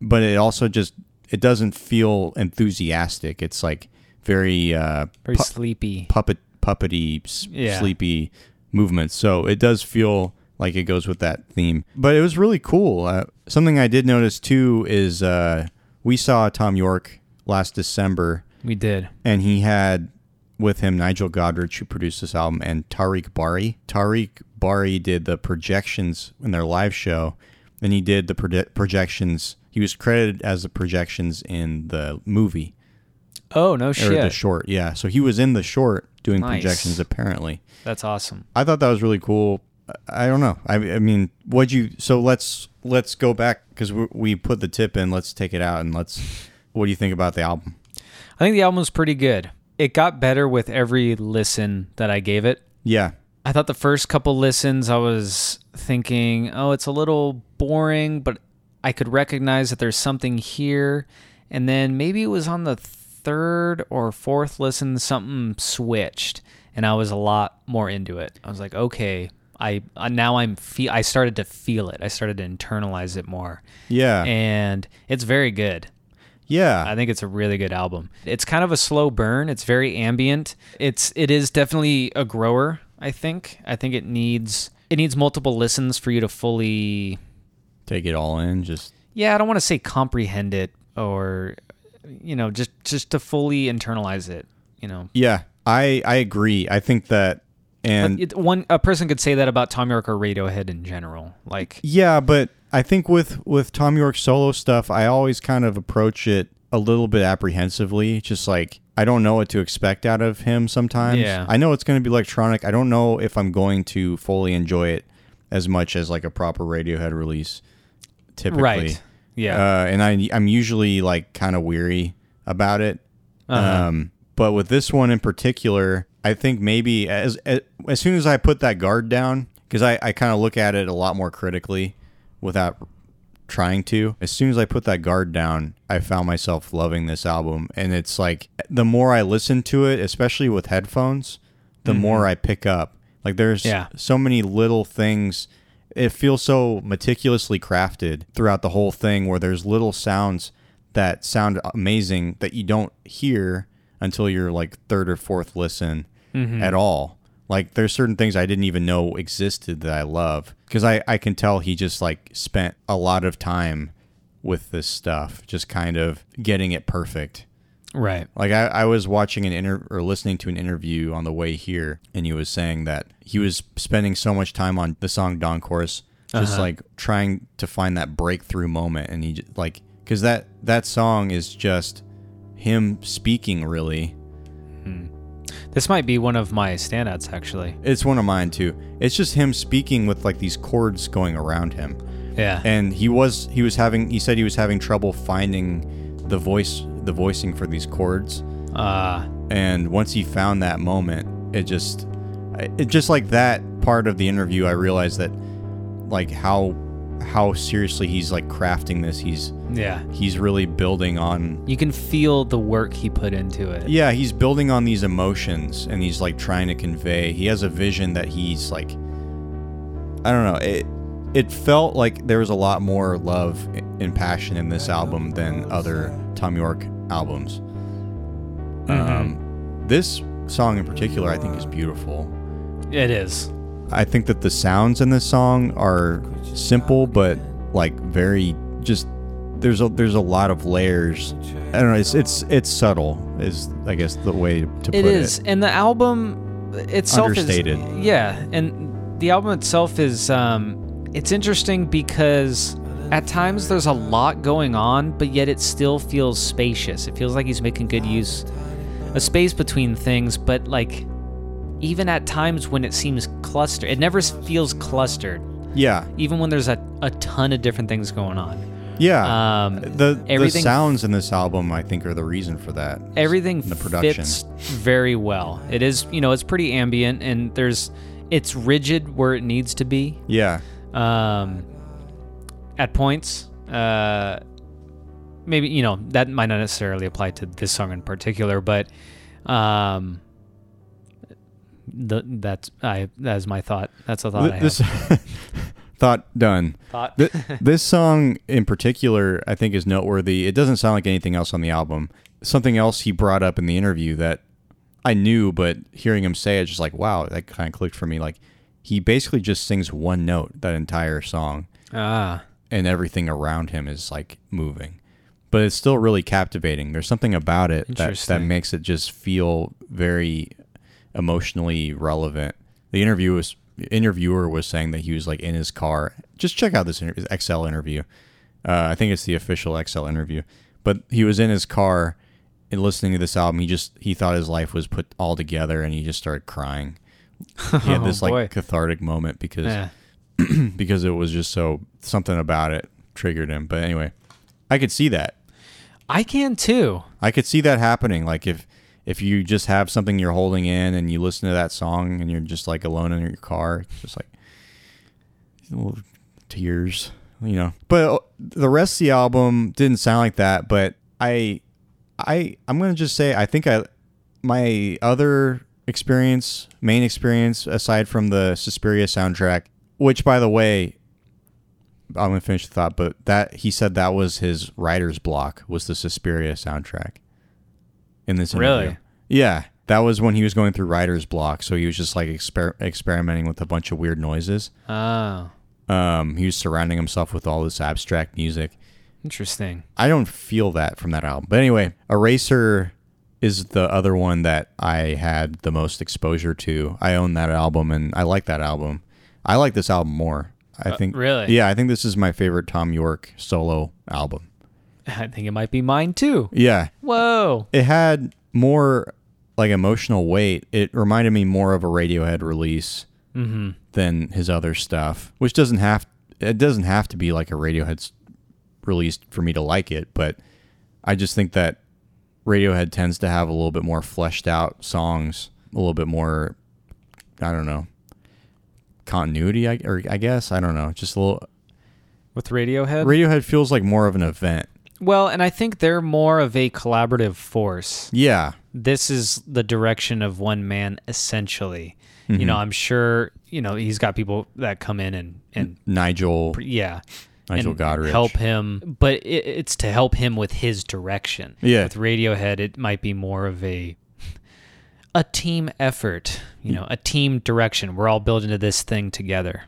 Speaker 2: but it also just, it doesn't feel enthusiastic. It's like very, uh,
Speaker 1: Very
Speaker 2: pu-
Speaker 1: sleepy.
Speaker 2: puppet puppety s-
Speaker 1: Yeah.
Speaker 2: sleepy movements so it does feel like it goes with that theme but it was really cool uh, something i did notice too is uh, we saw tom york last december
Speaker 1: We did.
Speaker 2: and he had with him nigel godrich who produced this album and tariq bari tariq bari did the projections in their live show and he did the prode- projections he was credited as the projections in the movie
Speaker 1: Oh no
Speaker 2: or the
Speaker 1: shit.
Speaker 2: short. Yeah, so he was in the short doing
Speaker 1: Nice.
Speaker 2: projections. Apparently,
Speaker 1: That's awesome.
Speaker 2: I thought that was really cool. I- I don't know. I, I mean, what you? So let's let's go back because we, we put the tip in. Let's take it out and let's. What do you think about the album?
Speaker 1: I think the album was pretty good. It got better with every listen that I gave it.
Speaker 2: Yeah,
Speaker 1: I thought the first couple listens, I was thinking, oh, it's a little boring, but I could recognize that there's something here. And then maybe it was on the third or fourth listen, something switched, and I was a lot more into it. I was like, okay, I uh, now I'm fe- I started to feel it. I started to internalize it more,
Speaker 2: yeah,
Speaker 1: and it's very good. I
Speaker 2: yeah,
Speaker 1: think it's a really good album. It's kind of a slow burn. It's very ambient. It's it is definitely a grower. I think. I think it needs it needs multiple listens for you to fully.
Speaker 2: take it all in. Just
Speaker 1: Yeah, I don't want to say comprehend it or, you know, just just to fully internalize it. You know,
Speaker 2: yeah, I I agree. I think that and
Speaker 1: it, one a person could say that about Tom York or Radiohead in general. Like,
Speaker 2: Yeah, but I think with with Tom York's solo stuff, I always kind of approach it a little bit apprehensively, just like I don't know what to expect out of him sometimes.
Speaker 1: Yeah.
Speaker 2: I know it's going to be electronic. I don't know if I'm going to fully enjoy it as much as like a proper Radiohead release typically.
Speaker 1: right? Yeah.
Speaker 2: Uh, and I I'm usually like kind of weary about it.
Speaker 1: Uh-huh.
Speaker 2: Um, but with this one in particular, I think maybe as as, as soon as I put that guard down, because I, I kind of look at it a lot more critically without trying to. As soon as I put that guard down, I found myself loving this album. And it's like the more I listen to it, especially with headphones, the more I pick up. Like there's
Speaker 1: Yeah.
Speaker 2: so many little things. It feels so meticulously crafted throughout the whole thing where there's little sounds that sound amazing that you don't hear until your like third or fourth listen at all. Like there's certain things I didn't even know existed that I love because I I can tell he just like spent a lot of time with this stuff, just kind of getting it perfect.
Speaker 1: right.
Speaker 2: Like I, I was watching an inter or listening to an interview on the way here, and he was saying that he was spending so much time on the song Don Chorus, just like trying to find that breakthrough moment, and he j- like because that that song is just him speaking really
Speaker 1: This might be one of my standouts actually.
Speaker 2: It's one of mine too. It's just him speaking with like these chords going around him.
Speaker 1: Yeah.
Speaker 2: And he was he was having he said he was having trouble finding the voice the voicing for these chords.
Speaker 1: Uh,
Speaker 2: And once he found that moment, it just it just like that part of the interview I realized that like how how seriously he's like crafting this. He's
Speaker 1: yeah.
Speaker 2: he's really building on
Speaker 1: You can feel the work he put into it.
Speaker 2: Yeah, he's building on these emotions and he's like trying to convey. He has a vision that he's like I don't know. It it felt like there was a lot more love and passion in this album than other Tom York albums. Um this song in particular I think is beautiful.
Speaker 1: It is.
Speaker 2: I think that the sounds in this song are simple, but like very just. There's a there's a lot of layers. I don't know. It's it's it's subtle is I guess the way to put
Speaker 1: It
Speaker 2: it.
Speaker 1: is, and the album itself
Speaker 2: Understated.
Speaker 1: is yeah, and the album itself is um, it's interesting because at times there's a lot going on, but yet it still feels spacious. It feels like he's making good use a space between things, but like even at times when it seems clustered, it never s- feels clustered.
Speaker 2: Yeah,
Speaker 1: Even when there's a, a ton of different things going on.
Speaker 2: Yeah.
Speaker 1: Um,
Speaker 2: the the
Speaker 1: everything-
Speaker 2: sounds in this album, I think, are the reason for that.
Speaker 1: everything
Speaker 2: the production.
Speaker 1: fits very well. It is, you know, it's pretty ambient and there's it's rigid where it needs to be
Speaker 2: Yeah.
Speaker 1: um, at points. Uh, maybe you know that might not necessarily apply to this song in particular, but um, th- that's I that is my thought. That's a thought I
Speaker 2: Th-
Speaker 1: have.
Speaker 2: this [laughs] thought done.
Speaker 1: thought.
Speaker 2: Th- this song in particular, I think, is noteworthy. It doesn't sound like anything else on the album. Something else he brought up in the interview that I knew, but hearing him say it, just like, wow, that kind of clicked for me. Like, he basically just sings one note that entire song,
Speaker 1: ah,
Speaker 2: and everything around him is like moving. But it's still really captivating. There's something about it that, that
Speaker 1: Interesting.
Speaker 2: makes it just feel very emotionally relevant. The interview was interviewer was saying that he was like in his car. Just check out this inter- XL interview. Uh, I think it's the official XL interview. But he was in his car and listening to this album. He just he thought his life was put all together, and he just started crying. He
Speaker 1: [laughs]
Speaker 2: had
Speaker 1: Oh,
Speaker 2: this like
Speaker 1: boy.
Speaker 2: cathartic moment because
Speaker 1: yeah.
Speaker 2: because it was just so something about it triggered him. But anyway, I could see that.
Speaker 1: I can too.
Speaker 2: I could see that happening. Like if if you just have something you're holding in and you listen to that song and you're just like alone in your car, it's just like little tears, you know. But uh, the rest of the album didn't sound like that. But I I I'm gonna just say I think I my other experience, main experience aside from the Suspiria soundtrack, which by the way. I'm gonna finish the thought, but that he said that was his writer's block was the Suspiria soundtrack. In this interview.
Speaker 1: Really?
Speaker 2: yeah, that was when he was going through writer's block, so he was just like exper- experimenting with a bunch of weird noises.
Speaker 1: Oh,
Speaker 2: Um, he was surrounding himself with all this abstract music.
Speaker 1: interesting. [laughs]
Speaker 2: I don't feel that from that album. But anyway, Eraser is the other one that I had the most exposure to. I own that album and I like that album. I like this album more. I think
Speaker 1: really?
Speaker 2: Yeah, I think this is my favorite Tom York solo album.
Speaker 1: I think it might be mine too.
Speaker 2: Yeah.
Speaker 1: Whoa.
Speaker 2: It had more like emotional weight. It reminded me more of a Radiohead release
Speaker 1: Mm-hmm.
Speaker 2: than his other stuff, which doesn't have it doesn't have to be like a Radiohead s- release for me to like it, but I just think that Radiohead tends to have a little bit more fleshed out songs, a little bit more I don't know continuity I, or I guess I don't know, just a little
Speaker 1: With Radiohead?
Speaker 2: Radiohead feels like more of an event.
Speaker 1: well, and I think they're more of a collaborative force.
Speaker 2: Yeah.
Speaker 1: this is the direction of one man essentially. You
Speaker 2: Mm-hmm.
Speaker 1: know, I'm sure, you know, he's got people that come in and and
Speaker 2: Nigel
Speaker 1: yeah.
Speaker 2: Nigel
Speaker 1: and
Speaker 2: Godrich.
Speaker 1: help him, but it, it's to help him with his direction.
Speaker 2: Yeah.
Speaker 1: With Radiohead, it might be more of a a team effort, you know, a team direction. We're all building to this thing together.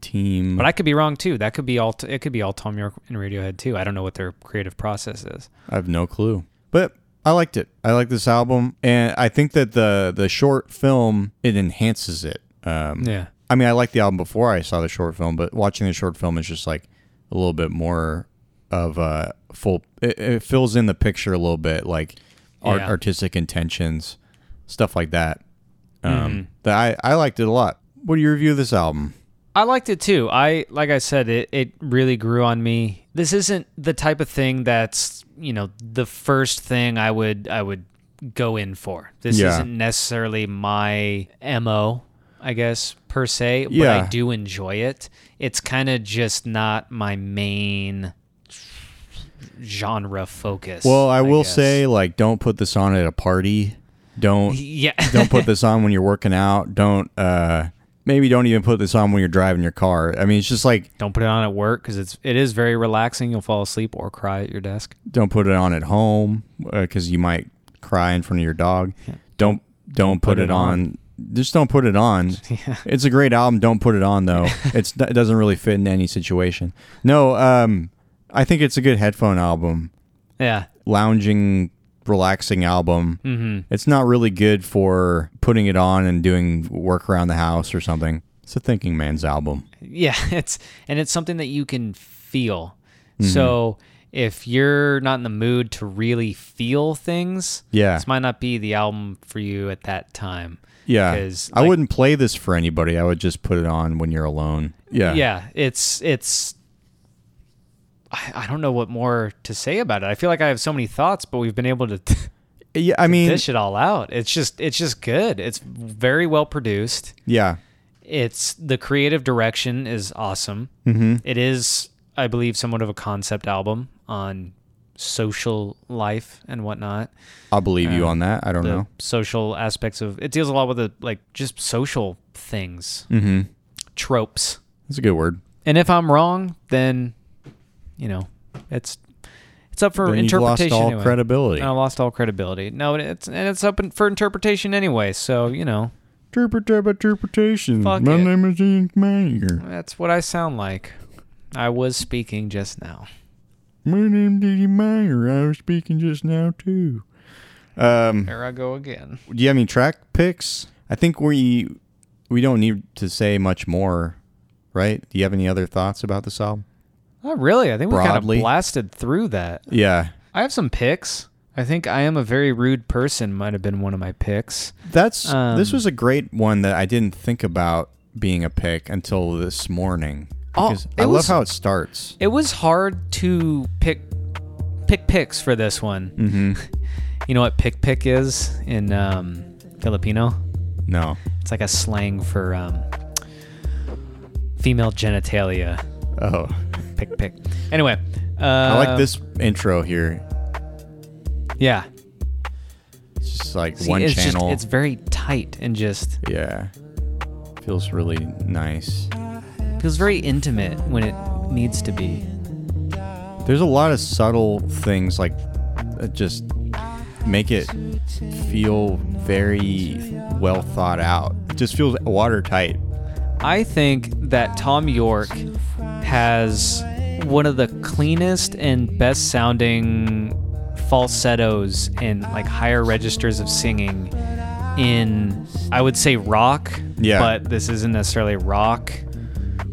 Speaker 2: team.
Speaker 1: But I could be wrong too. That could be all. T- it could be all Tom York and Radiohead too. I don't know what their creative process is.
Speaker 2: I have no clue. But I liked it. I like this album, and I think that the the short film it enhances it. Um,
Speaker 1: Yeah.
Speaker 2: I mean, I liked the album before I saw the short film, but watching the short film is just like a little bit more of a full. It, it fills in the picture a little bit, like art,
Speaker 1: Yeah.
Speaker 2: artistic intentions, stuff like that. Um,
Speaker 1: Mm-hmm.
Speaker 2: That I I liked it a lot. What do you review of this album?
Speaker 1: I liked it too. I like I said, it it really grew on me. This isn't the type of thing that's you know the first thing I would I would go in for. This
Speaker 2: Yeah.
Speaker 1: isn't necessarily my mo, I guess per se. But
Speaker 2: Yeah.
Speaker 1: I do enjoy it. It's kind of just not my main genre focus.
Speaker 2: Well, I, will
Speaker 1: guess.
Speaker 2: say, like, don't put this on at a party.
Speaker 1: [laughs]
Speaker 2: Don't
Speaker 1: yeah,
Speaker 2: don't [laughs] put this on when you're working out. Don't uh maybe don't even put this on when you're driving your car. I mean, it's just like
Speaker 1: don't put it on at work because it's it is very relaxing. You'll fall asleep or cry at your desk.
Speaker 2: don't put it on at home because you might cry in front of your dog. Don't don't put, it, on. Just don't put it [laughs] on. It's a great album. Don't put it on [laughs] though. it's it doesn't really fit in any situation. No, um, I think it's a good headphone album,
Speaker 1: Yeah,
Speaker 2: lounging, relaxing album. Mm-hmm. It's not really good for putting it on and doing work around the house or something. It's a thinking man's album.
Speaker 1: Yeah, [laughs] it's and it's something that you can feel. So if you're not in the mood to really feel things,
Speaker 2: Yeah.
Speaker 1: this might not be the album for you at that time.
Speaker 2: Yeah.
Speaker 1: 'Cause,
Speaker 2: I
Speaker 1: like-
Speaker 2: wouldn't play this for anybody. I would just put it on when you're alone. Yeah.
Speaker 1: Yeah, it's it's I, I don't know what more to say about it. I feel like I have so many thoughts, but we've been able to [laughs]
Speaker 2: Yeah, I mean,
Speaker 1: dish it all out. It's just it's just good. It's very well produced.
Speaker 2: yeah,
Speaker 1: It's the creative direction is awesome. Mm-hmm. is, I believe, somewhat of a concept album on social life and whatnot.
Speaker 2: I'll believe you on that. I don't
Speaker 1: Uh, The
Speaker 2: know.
Speaker 1: social aspects of it deals a lot with the like just social things,
Speaker 2: Mm-hmm.
Speaker 1: tropes.
Speaker 2: That's a good word.
Speaker 1: And if I'm wrong, then you know, it's it's up for
Speaker 2: Then you've lost
Speaker 1: interpretation.
Speaker 2: all
Speaker 1: anyway. Oh.
Speaker 2: credibility.
Speaker 1: And I lost all credibility. No, and it's and it's up in- for interpretation anyway. So you know,
Speaker 2: Trooper Trooper Troopertation.
Speaker 1: Fuck
Speaker 2: My
Speaker 1: it.
Speaker 2: name is Ian Mayer.
Speaker 1: that's what I sound like. I was speaking just now.
Speaker 2: My name is Ian Mayer. I was speaking just now too. Um,
Speaker 1: There I go again.
Speaker 2: do you have any track picks? I think we we don't need to say much more, right? Do you have any other thoughts about this album?
Speaker 1: Not Oh, really. I think we kind of
Speaker 2: Broadly.
Speaker 1: blasted through that.
Speaker 2: Yeah,
Speaker 1: I have some picks. I think I am a very rude person. Might have been one of my picks.
Speaker 2: that's this
Speaker 1: Um,
Speaker 2: was a great one that I didn't think about being a pick until this morning.
Speaker 1: Oh,
Speaker 2: Because
Speaker 1: it
Speaker 2: I love
Speaker 1: was-
Speaker 2: how it starts.
Speaker 1: It was hard to pick pick picks for this one.
Speaker 2: Mm-hmm.
Speaker 1: You know what pick pick is in um, Filipino?
Speaker 2: [laughs] No.
Speaker 1: It's like a slang for um, female genitalia.
Speaker 2: Oh,
Speaker 1: Pick pick. Anyway, uh,
Speaker 2: I like this intro here.
Speaker 1: Yeah,
Speaker 2: It's just like
Speaker 1: See,
Speaker 2: one
Speaker 1: it's just-
Speaker 2: channel.
Speaker 1: it's very tight and just
Speaker 2: Yeah. Feels really nice.
Speaker 1: feels very intimate when it needs to be.
Speaker 2: There's a lot of subtle things like that just make it feel very well thought out. It just feels watertight.
Speaker 1: I think that Tom York has one of the cleanest and best sounding falsettos and like higher registers of singing in I would say rock,
Speaker 2: Yeah.
Speaker 1: but this isn't necessarily rock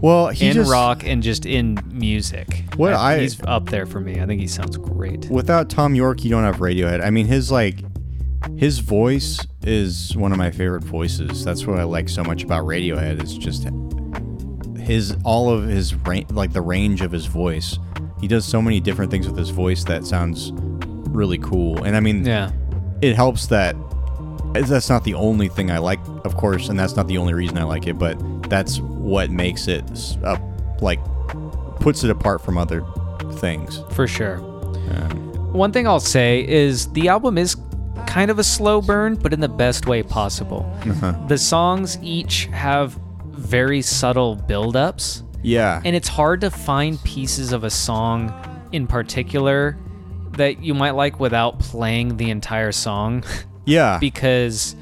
Speaker 2: Well, he
Speaker 1: in
Speaker 2: just
Speaker 1: rock and just in music.
Speaker 2: What I-
Speaker 1: he's up there for me. I think he sounds great.
Speaker 2: without Tom York, you don't have Radiohead. I mean, his like his voice is one of my favorite voices. That's what I like so much about Radiohead. It's just his all of his range, like the range of his voice. He does so many different things with his voice that sounds really cool. And I mean,
Speaker 1: Yeah.
Speaker 2: it helps that eh, that's not the only thing I like, of course, and that's not the only reason I like it, but that's what makes it s- up, like puts it apart from other things.
Speaker 1: for sure. One thing I'll say is the album is kind of a slow burn, but in the best way possible. The songs each have very subtle build-ups,
Speaker 2: Yeah,
Speaker 1: and it's hard to find pieces of a song in particular that you might like without playing the entire song [laughs]
Speaker 2: yeah,
Speaker 1: because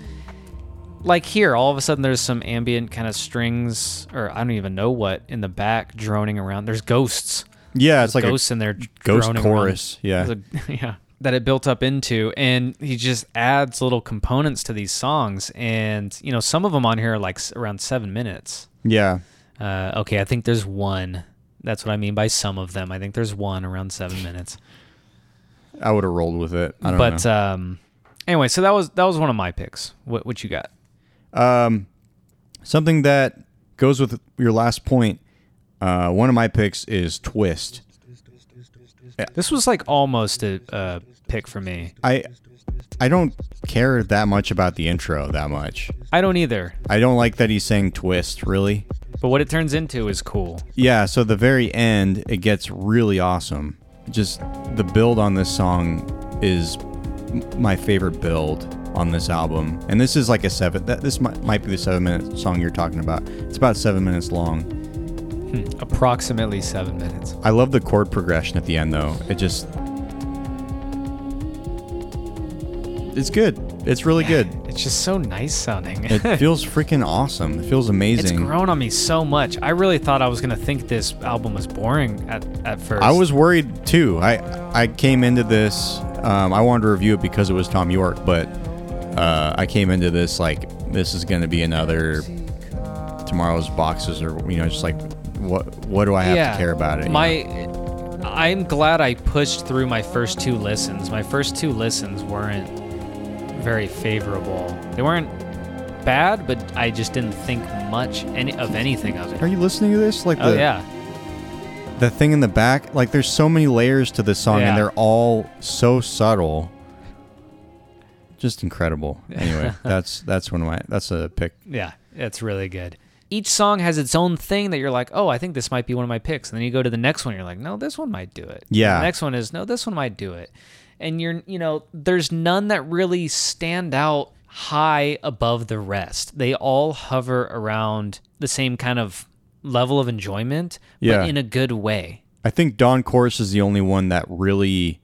Speaker 1: like here all of a sudden there's some ambient kind of strings or I don't even know what in the back droning around. There's ghosts
Speaker 2: yeah. It's like a,
Speaker 1: ghosts in there
Speaker 2: ghost
Speaker 1: droning
Speaker 2: chorus,
Speaker 1: around.
Speaker 2: yeah.
Speaker 1: There's a- [laughs] yeah that it built up into and he just adds little components to these songs and you know some of them on here are like s- around seven minutes
Speaker 2: yeah,
Speaker 1: uh, okay i think there's one that's what i mean by some of them i think there's one around seven minutes
Speaker 2: I would have rolled with it. I don't
Speaker 1: but
Speaker 2: know.
Speaker 1: um anyway so that was that was one of my picks what, what you got
Speaker 2: um, something that goes with your last point. Uh, one of my picks is Twist.
Speaker 1: this was like almost a, a pick for me
Speaker 2: I I don't care that much about the intro that much.
Speaker 1: i don't either
Speaker 2: I don't like that he's saying twist, really.
Speaker 1: but what it turns into is cool
Speaker 2: Yeah, so the very end, it gets really awesome. Just the build on this song is m- my favorite build on this album. And this is like a seven, that, this might, might be the seven minute song you're talking about. It's about seven minutes long.
Speaker 1: approximately seven minutes
Speaker 2: I love the chord progression at the end, though. It just. It's good. It's really good.
Speaker 1: it's just so nice sounding [laughs]
Speaker 2: It feels freaking awesome. It feels amazing.
Speaker 1: It's grown on me so much. I really thought I was gonna think this album was boring at, at first.
Speaker 2: I was worried too. I I came into this. Um, I wanted to review it because it was Tom York, but uh, I came into this like this is going to be another tomorrow's boxes, or you know, just like what what do I have to care about it? you know?
Speaker 1: My, I'm glad I pushed through my first two listens. My first two listens weren't very favorable. They weren't bad, but I just didn't think much any, of anything of
Speaker 2: Are
Speaker 1: it.
Speaker 2: you listening to this? Like
Speaker 1: Oh
Speaker 2: the
Speaker 1: yeah,
Speaker 2: the thing in the back, like there's so many layers to this song
Speaker 1: Yeah.
Speaker 2: and they're all so subtle.
Speaker 1: [laughs]
Speaker 2: Just incredible. Anyway, that's that's one of my that's a pick.
Speaker 1: Yeah, it's really good. Each song has its own thing that you're like, oh, I think this might be one of my picks. And then you go to the next one, you're like, no, this one might do it.
Speaker 2: Yeah.
Speaker 1: The next one is, no, this one might do it. And you're, you know, there's none that really stand out high above the rest. They all hover around the same kind of level of enjoyment,
Speaker 2: Yeah.
Speaker 1: but in a good way.
Speaker 2: I think Dawn Chorus is the only one that really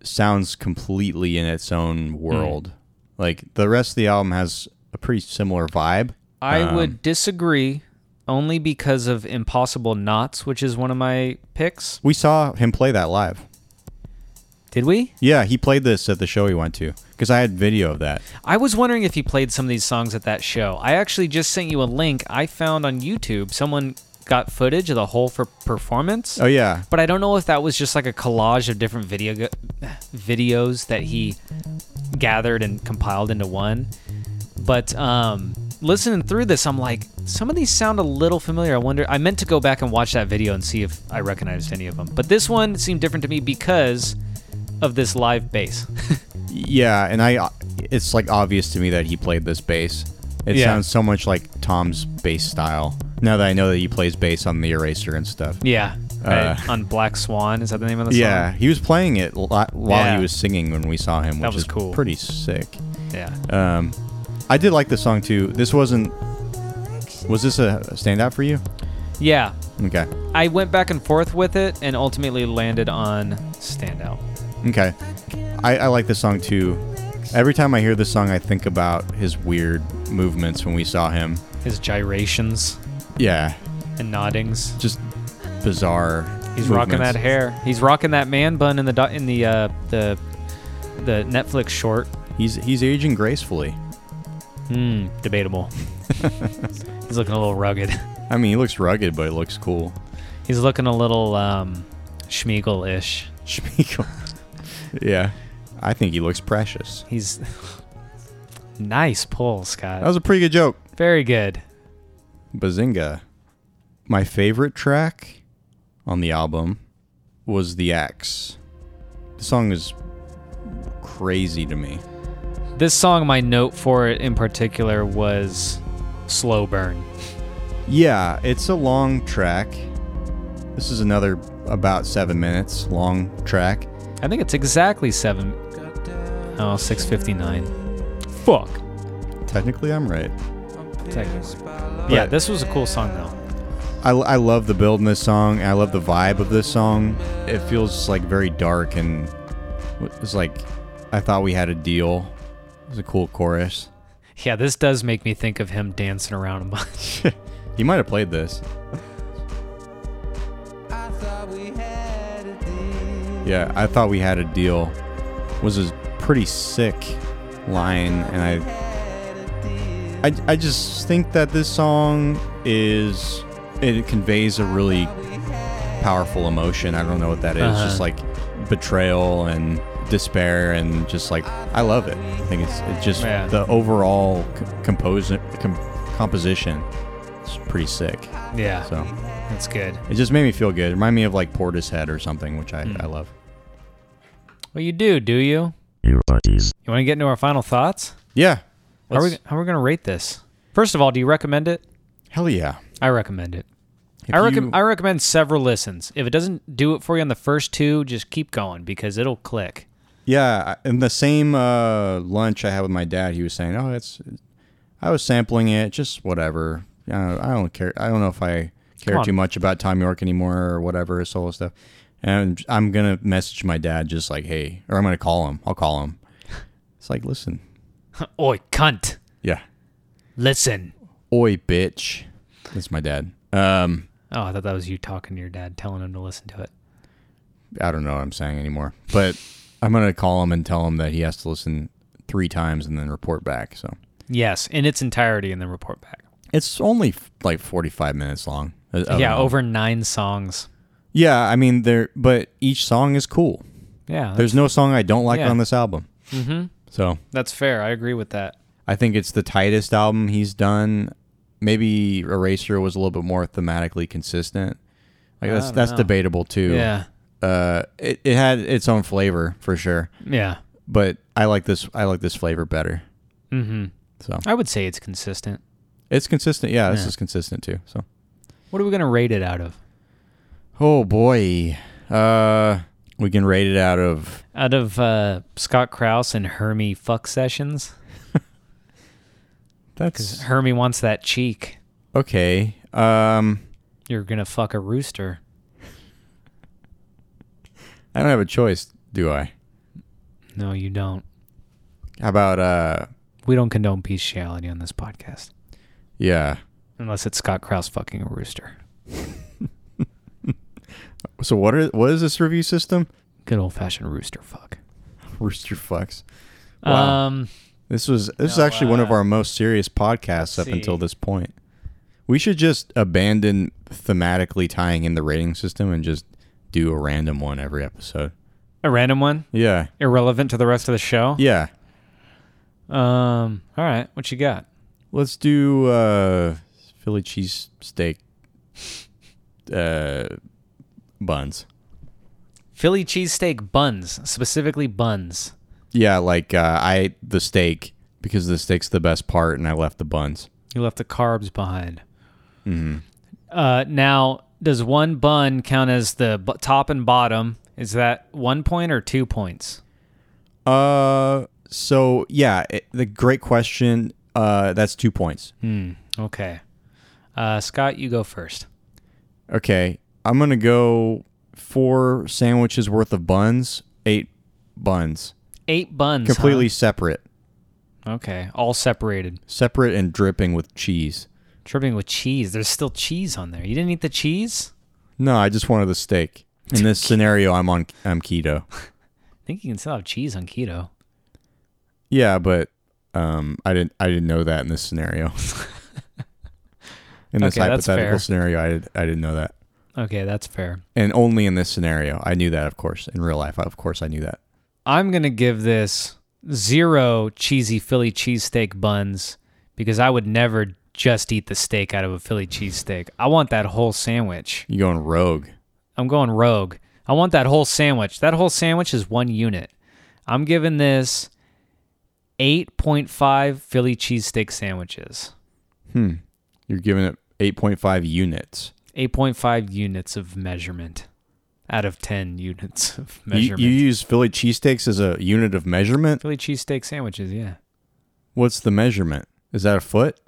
Speaker 2: sounds completely in its
Speaker 1: Hmm.
Speaker 2: own world. Like the rest of the album has a pretty similar vibe.
Speaker 1: I
Speaker 2: Um,
Speaker 1: would disagree only because of Impossible Knots, which is one of my picks.
Speaker 2: We saw him play that live.
Speaker 1: Did we?
Speaker 2: Yeah, he played this at the show he went to because I had video of that.
Speaker 1: I was wondering if you played some of these songs at that show. I actually just sent you a link I found on YouTube. Someone got footage of the whole for performance,
Speaker 2: Oh yeah,
Speaker 1: but I don't know if that was just like a collage of different video videos that he gathered and compiled into one. But um, listening through this, I'm like, some of these sound a little familiar. I wonder. I meant to go back and watch that video and see if I recognized any of them. But this one seemed different to me because of this live bass. [laughs]
Speaker 2: yeah, and I, it's like obvious to me that he played this bass. It
Speaker 1: Yeah.
Speaker 2: sounds so much like Tom's bass style. Now that I know that he plays bass on the Eraser and stuff.
Speaker 1: Yeah.
Speaker 2: Uh,
Speaker 1: Right, on Black Swan, is that the name of the
Speaker 2: Yeah,
Speaker 1: song?
Speaker 2: he was playing it li- while
Speaker 1: Yeah.
Speaker 2: he was singing when we saw him, which
Speaker 1: That was
Speaker 2: is
Speaker 1: cool.
Speaker 2: pretty sick.
Speaker 1: Yeah.
Speaker 2: Um, I did like this song too. This wasn't. Was this a standout for you?
Speaker 1: Yeah.
Speaker 2: Okay.
Speaker 1: I went back and forth with it and ultimately landed on Standout.
Speaker 2: Okay. I, I like this song too. Every time I hear this song, I think about his weird movements when we saw him.
Speaker 1: His gyrations
Speaker 2: Yeah,
Speaker 1: and noddings.
Speaker 2: just bizarre.
Speaker 1: He's rocking that
Speaker 2: movements.
Speaker 1: hair. He's rocking that man bun in the do- in the uh, the the Netflix short.
Speaker 2: He's he's aging gracefully.
Speaker 1: Hmm,
Speaker 2: [laughs]
Speaker 1: debatable. He's looking a little rugged.
Speaker 2: I mean, he looks rugged, but it looks cool. [laughs]
Speaker 1: He's looking a little um Schmiegel-ish.
Speaker 2: Schmeagol. [laughs] yeah, I think he looks precious.
Speaker 1: He's [laughs] nice pull, Scott.
Speaker 2: That was a pretty good joke.
Speaker 1: Very good.
Speaker 2: Bazinga. My favorite track on the album was The Axe. The song is crazy to me.
Speaker 1: This song, my note for it in particular was slow burn.
Speaker 2: Yeah, it's a long track. This is another about seven minutes long track.
Speaker 1: I think it's exactly seven. Oh, 659. Fuck.
Speaker 2: Technically, I'm right.
Speaker 1: Technically. Yeah,
Speaker 2: But-
Speaker 1: this was a cool song though.
Speaker 2: I, I love the build in this song. I love the vibe of this song. It feels like very dark and it's like I thought we had a deal. It was a cool chorus. [laughs]
Speaker 1: Yeah, this does make me think of him dancing around a bunch.
Speaker 2: [laughs] You might have played this. Yeah, I thought we had a deal. Was a pretty sick line, and I, I, I just think that this song is it conveys a really powerful emotion. I don't know what that is.
Speaker 1: Uh-huh.
Speaker 2: just like betrayal and despair, and just like I love it. I think it's it's just
Speaker 1: Yeah.
Speaker 2: the overall c- compos- com- composition. It's pretty sick.
Speaker 1: Yeah,
Speaker 2: So
Speaker 1: that's good.
Speaker 2: it just made me feel good. It reminded me of like Portishead or something, which I, I love.
Speaker 1: Well, you do, do you?
Speaker 3: Your buddies.
Speaker 1: You want to get into our final thoughts?
Speaker 2: Yeah.
Speaker 1: How are we
Speaker 2: Let's-
Speaker 1: how are we gonna rate this? First of all, do you recommend it?
Speaker 2: Hell yeah.
Speaker 1: I recommend it.
Speaker 2: If
Speaker 1: I,
Speaker 2: you-
Speaker 1: recommend I recommend several listens. If it doesn't do it for you on the first two, just keep going because it'll click.
Speaker 2: Yeah, I- in the same uh, lunch I had with my dad, he was saying, "Oh, it's." I was sampling it, just whatever. I don't, I don't care. I don't know if I care
Speaker 1: Come on.
Speaker 2: too much about Tom York anymore or whatever his solo stuff. And I'm gonna message my dad just like, "Hey," or I'm gonna call him. I'll call him. It's like, listen,
Speaker 1: Oi, cunt.
Speaker 2: yeah,
Speaker 1: Listen.
Speaker 2: oi, bitch. That's my dad. Um,
Speaker 1: Oh, I thought that was you talking to your dad, telling him to listen to it.
Speaker 2: I don't know what I'm saying anymore, but I'm gonna call him and tell him that he has to listen three times and then report back. So.
Speaker 1: Yes, in its entirety, and then report back.
Speaker 2: It's only f- like 45 minutes long. Uh, of
Speaker 1: yeah,
Speaker 2: an-
Speaker 1: over nine songs.
Speaker 2: Yeah, I mean there but each song is cool.
Speaker 1: Yeah,
Speaker 2: There's no song I don't like
Speaker 1: Yeah.
Speaker 2: on this album.
Speaker 1: Mhm.
Speaker 2: So,
Speaker 1: that's fair. I agree with that.
Speaker 2: I think it's the tightest album he's done. Maybe Eraser was a little bit more thematically consistent. Like that's
Speaker 1: don't
Speaker 2: that's
Speaker 1: know.
Speaker 2: debatable too.
Speaker 1: Yeah.
Speaker 2: Uh, it, it had its own flavor for sure,
Speaker 1: Yeah.
Speaker 2: but I like this I like this flavor better.
Speaker 1: Mm-hmm.
Speaker 2: So
Speaker 1: I would say it's consistent.
Speaker 2: it's consistent. Yeah, this
Speaker 1: Yeah.
Speaker 2: is consistent too. So
Speaker 1: What are we gonna rate it out of?
Speaker 2: oh boy, uh, we can rate it out of
Speaker 1: Out of uh, Scott Krause and Hermie fuck sessions, because
Speaker 2: that's
Speaker 1: Hermie wants that cheek.
Speaker 2: okay. Um,
Speaker 1: You're gonna fuck a rooster.
Speaker 2: I don't have a choice, do I?
Speaker 1: No, you don't.
Speaker 2: How about uh,
Speaker 1: We don't condone bestiality on this podcast,
Speaker 2: yeah.
Speaker 1: unless it's Scott Krause fucking a rooster.
Speaker 2: So what are what is this review system? [laughs]
Speaker 1: Good old fashioned rooster fuck.
Speaker 2: Rooster fucks. Wow.
Speaker 1: Um,
Speaker 2: This was this is
Speaker 1: No,
Speaker 2: actually one of
Speaker 1: uh,
Speaker 2: our most serious
Speaker 1: let's
Speaker 2: podcasts up until
Speaker 1: see.
Speaker 2: this point. We should just abandon thematically tying in the rating system and just do a random one every episode.
Speaker 1: a random one,
Speaker 2: Yeah.
Speaker 1: irrelevant to the rest of the show.
Speaker 2: Yeah.
Speaker 1: Um, all right, what you got?
Speaker 2: Let's do uh Philly cheese steak uh buns.
Speaker 1: Philly cheesesteak buns, specifically buns.
Speaker 2: Yeah, like uh, I ate the steak because the steak's the best part and I left the buns.
Speaker 1: You left the carbs behind. Uh, now, does one bun count as the b- top and bottom? Is that one point or two points?
Speaker 2: Uh so yeah, it, the great question uh that's 2 points.
Speaker 1: Okay. Uh, Scott, you go first.
Speaker 2: Okay, I'm gonna go four sandwiches worth of buns, eight buns,
Speaker 1: Eight buns. huh?
Speaker 2: completely separate,
Speaker 1: Okay. All separated.
Speaker 2: separate and dripping with cheese.
Speaker 1: Dripping with cheese. There's still cheese on there. You didn't eat the cheese?
Speaker 2: No, I just wanted the steak. In [laughs] this scenario, I'm on I'm keto.
Speaker 1: I think you can still have cheese on keto.
Speaker 2: Yeah, but um, I didn't I didn't know that in
Speaker 1: [laughs]
Speaker 2: this scenario. in this
Speaker 1: Okay, that's fair.
Speaker 2: hypothetical scenario, I did, I didn't know that,
Speaker 1: Okay, that's fair.
Speaker 2: and only in this scenario, I knew that. Of course, in real life, of course, I knew that.
Speaker 1: I'm going to give this zero cheesy Philly cheesesteak buns because I would never just eat the steak out of a Philly cheesesteak. I want that whole sandwich.
Speaker 2: You going rogue?
Speaker 1: I'm going rogue. I want that whole sandwich. That whole sandwich is one unit. I'm giving this 8.5 Philly cheesesteak sandwiches. Hmm.
Speaker 2: You're giving it 8.5 units.
Speaker 1: 8.5 units of measurement out of 10 units of
Speaker 2: You,
Speaker 1: measurement.
Speaker 2: you use Philly cheesesteaks as a unit of measurement.
Speaker 1: Philly cheesesteak sandwiches, yeah.
Speaker 2: What's the measurement? Is that a foot?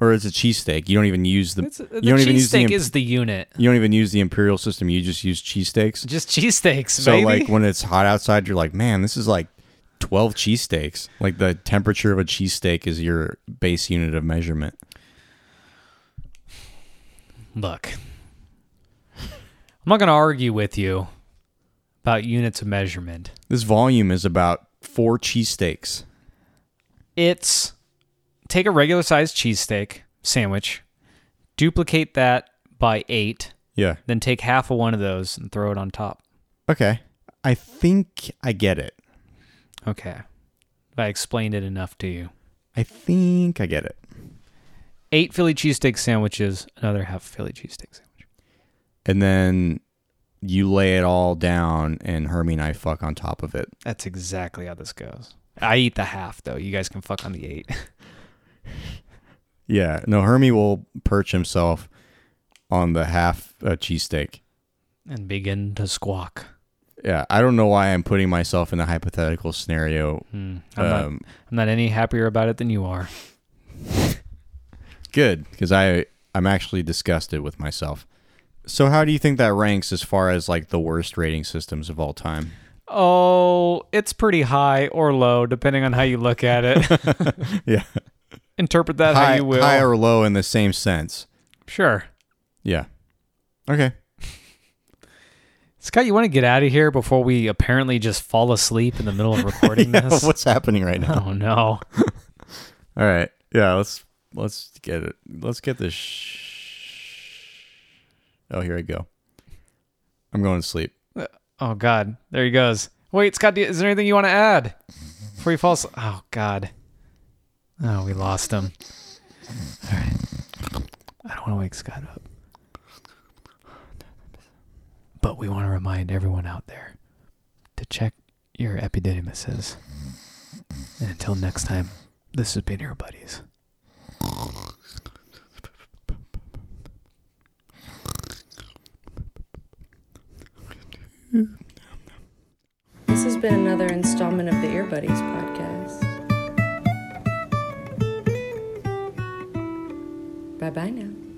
Speaker 2: Or is it cheesesteak? You don't even use the,
Speaker 1: It's, the
Speaker 2: you don't even use the
Speaker 1: cheesesteak
Speaker 2: imp-
Speaker 1: is the unit.
Speaker 2: you don't even use the imperial system. You just use cheesesteaks.
Speaker 1: Just cheesesteaks,
Speaker 2: So
Speaker 1: baby.
Speaker 2: like when it's hot outside, you're like, man, this is like twelve cheesesteaks. Like the temperature of a cheesesteak is your base unit of measurement.
Speaker 1: Look, I'm not going to argue with you about units of measurement.
Speaker 2: This volume is about four cheesesteaks.
Speaker 1: It's take a regular sized cheesesteak sandwich, duplicate that by eight,
Speaker 2: Yeah.
Speaker 1: then take half of one of those and throw it on top.
Speaker 2: Okay. I think I get it.
Speaker 1: Okay. If I explained it enough to you.
Speaker 2: I think I get it.
Speaker 1: Eight Philly cheesesteak sandwiches, another half Philly cheesesteak sandwich.
Speaker 2: And then you lay it all down and Hermie and I fuck on top of it.
Speaker 1: That's exactly how this goes. I eat the half though. You guys can fuck on the eight.
Speaker 2: Yeah, no, Hermie will perch himself on the half uh, cheesesteak.
Speaker 1: and begin to squawk.
Speaker 2: Yeah, I don't know why I'm putting myself in a hypothetical scenario.
Speaker 1: Hmm. I'm, not,
Speaker 2: Um,
Speaker 1: I'm not any happier about it than you are.
Speaker 2: good, because I I'm actually disgusted with myself. So, how do you think that ranks as far as like the worst rating systems of all time?
Speaker 1: Oh, it's pretty high or low, depending on how you look at it.
Speaker 2: [laughs] Yeah,
Speaker 1: Interpret that how
Speaker 2: high,
Speaker 1: you will.
Speaker 2: high or low in the same sense.
Speaker 1: sure.
Speaker 2: Yeah. Okay.
Speaker 1: Scott, you want to get out of here before we apparently just fall asleep in the middle of
Speaker 2: [laughs]
Speaker 1: recording this?
Speaker 2: What's happening
Speaker 1: [laughs]
Speaker 2: right now?
Speaker 1: Oh no.
Speaker 2: All right. Yeah. Let's let's get it. Let's get this. Sh- oh, here I go. I'm going to sleep.
Speaker 1: Oh god. There he goes. Wait, Scott, do- is there anything you want to add before you fall asleep? Oh god. Oh, we lost him. All right. I don't want to wake Scott up. But we want to remind everyone out there to check your epididymises. And until next time, this has been your buddies.
Speaker 3: This has been another installment of the Ear Buddies podcast. Bye bye now.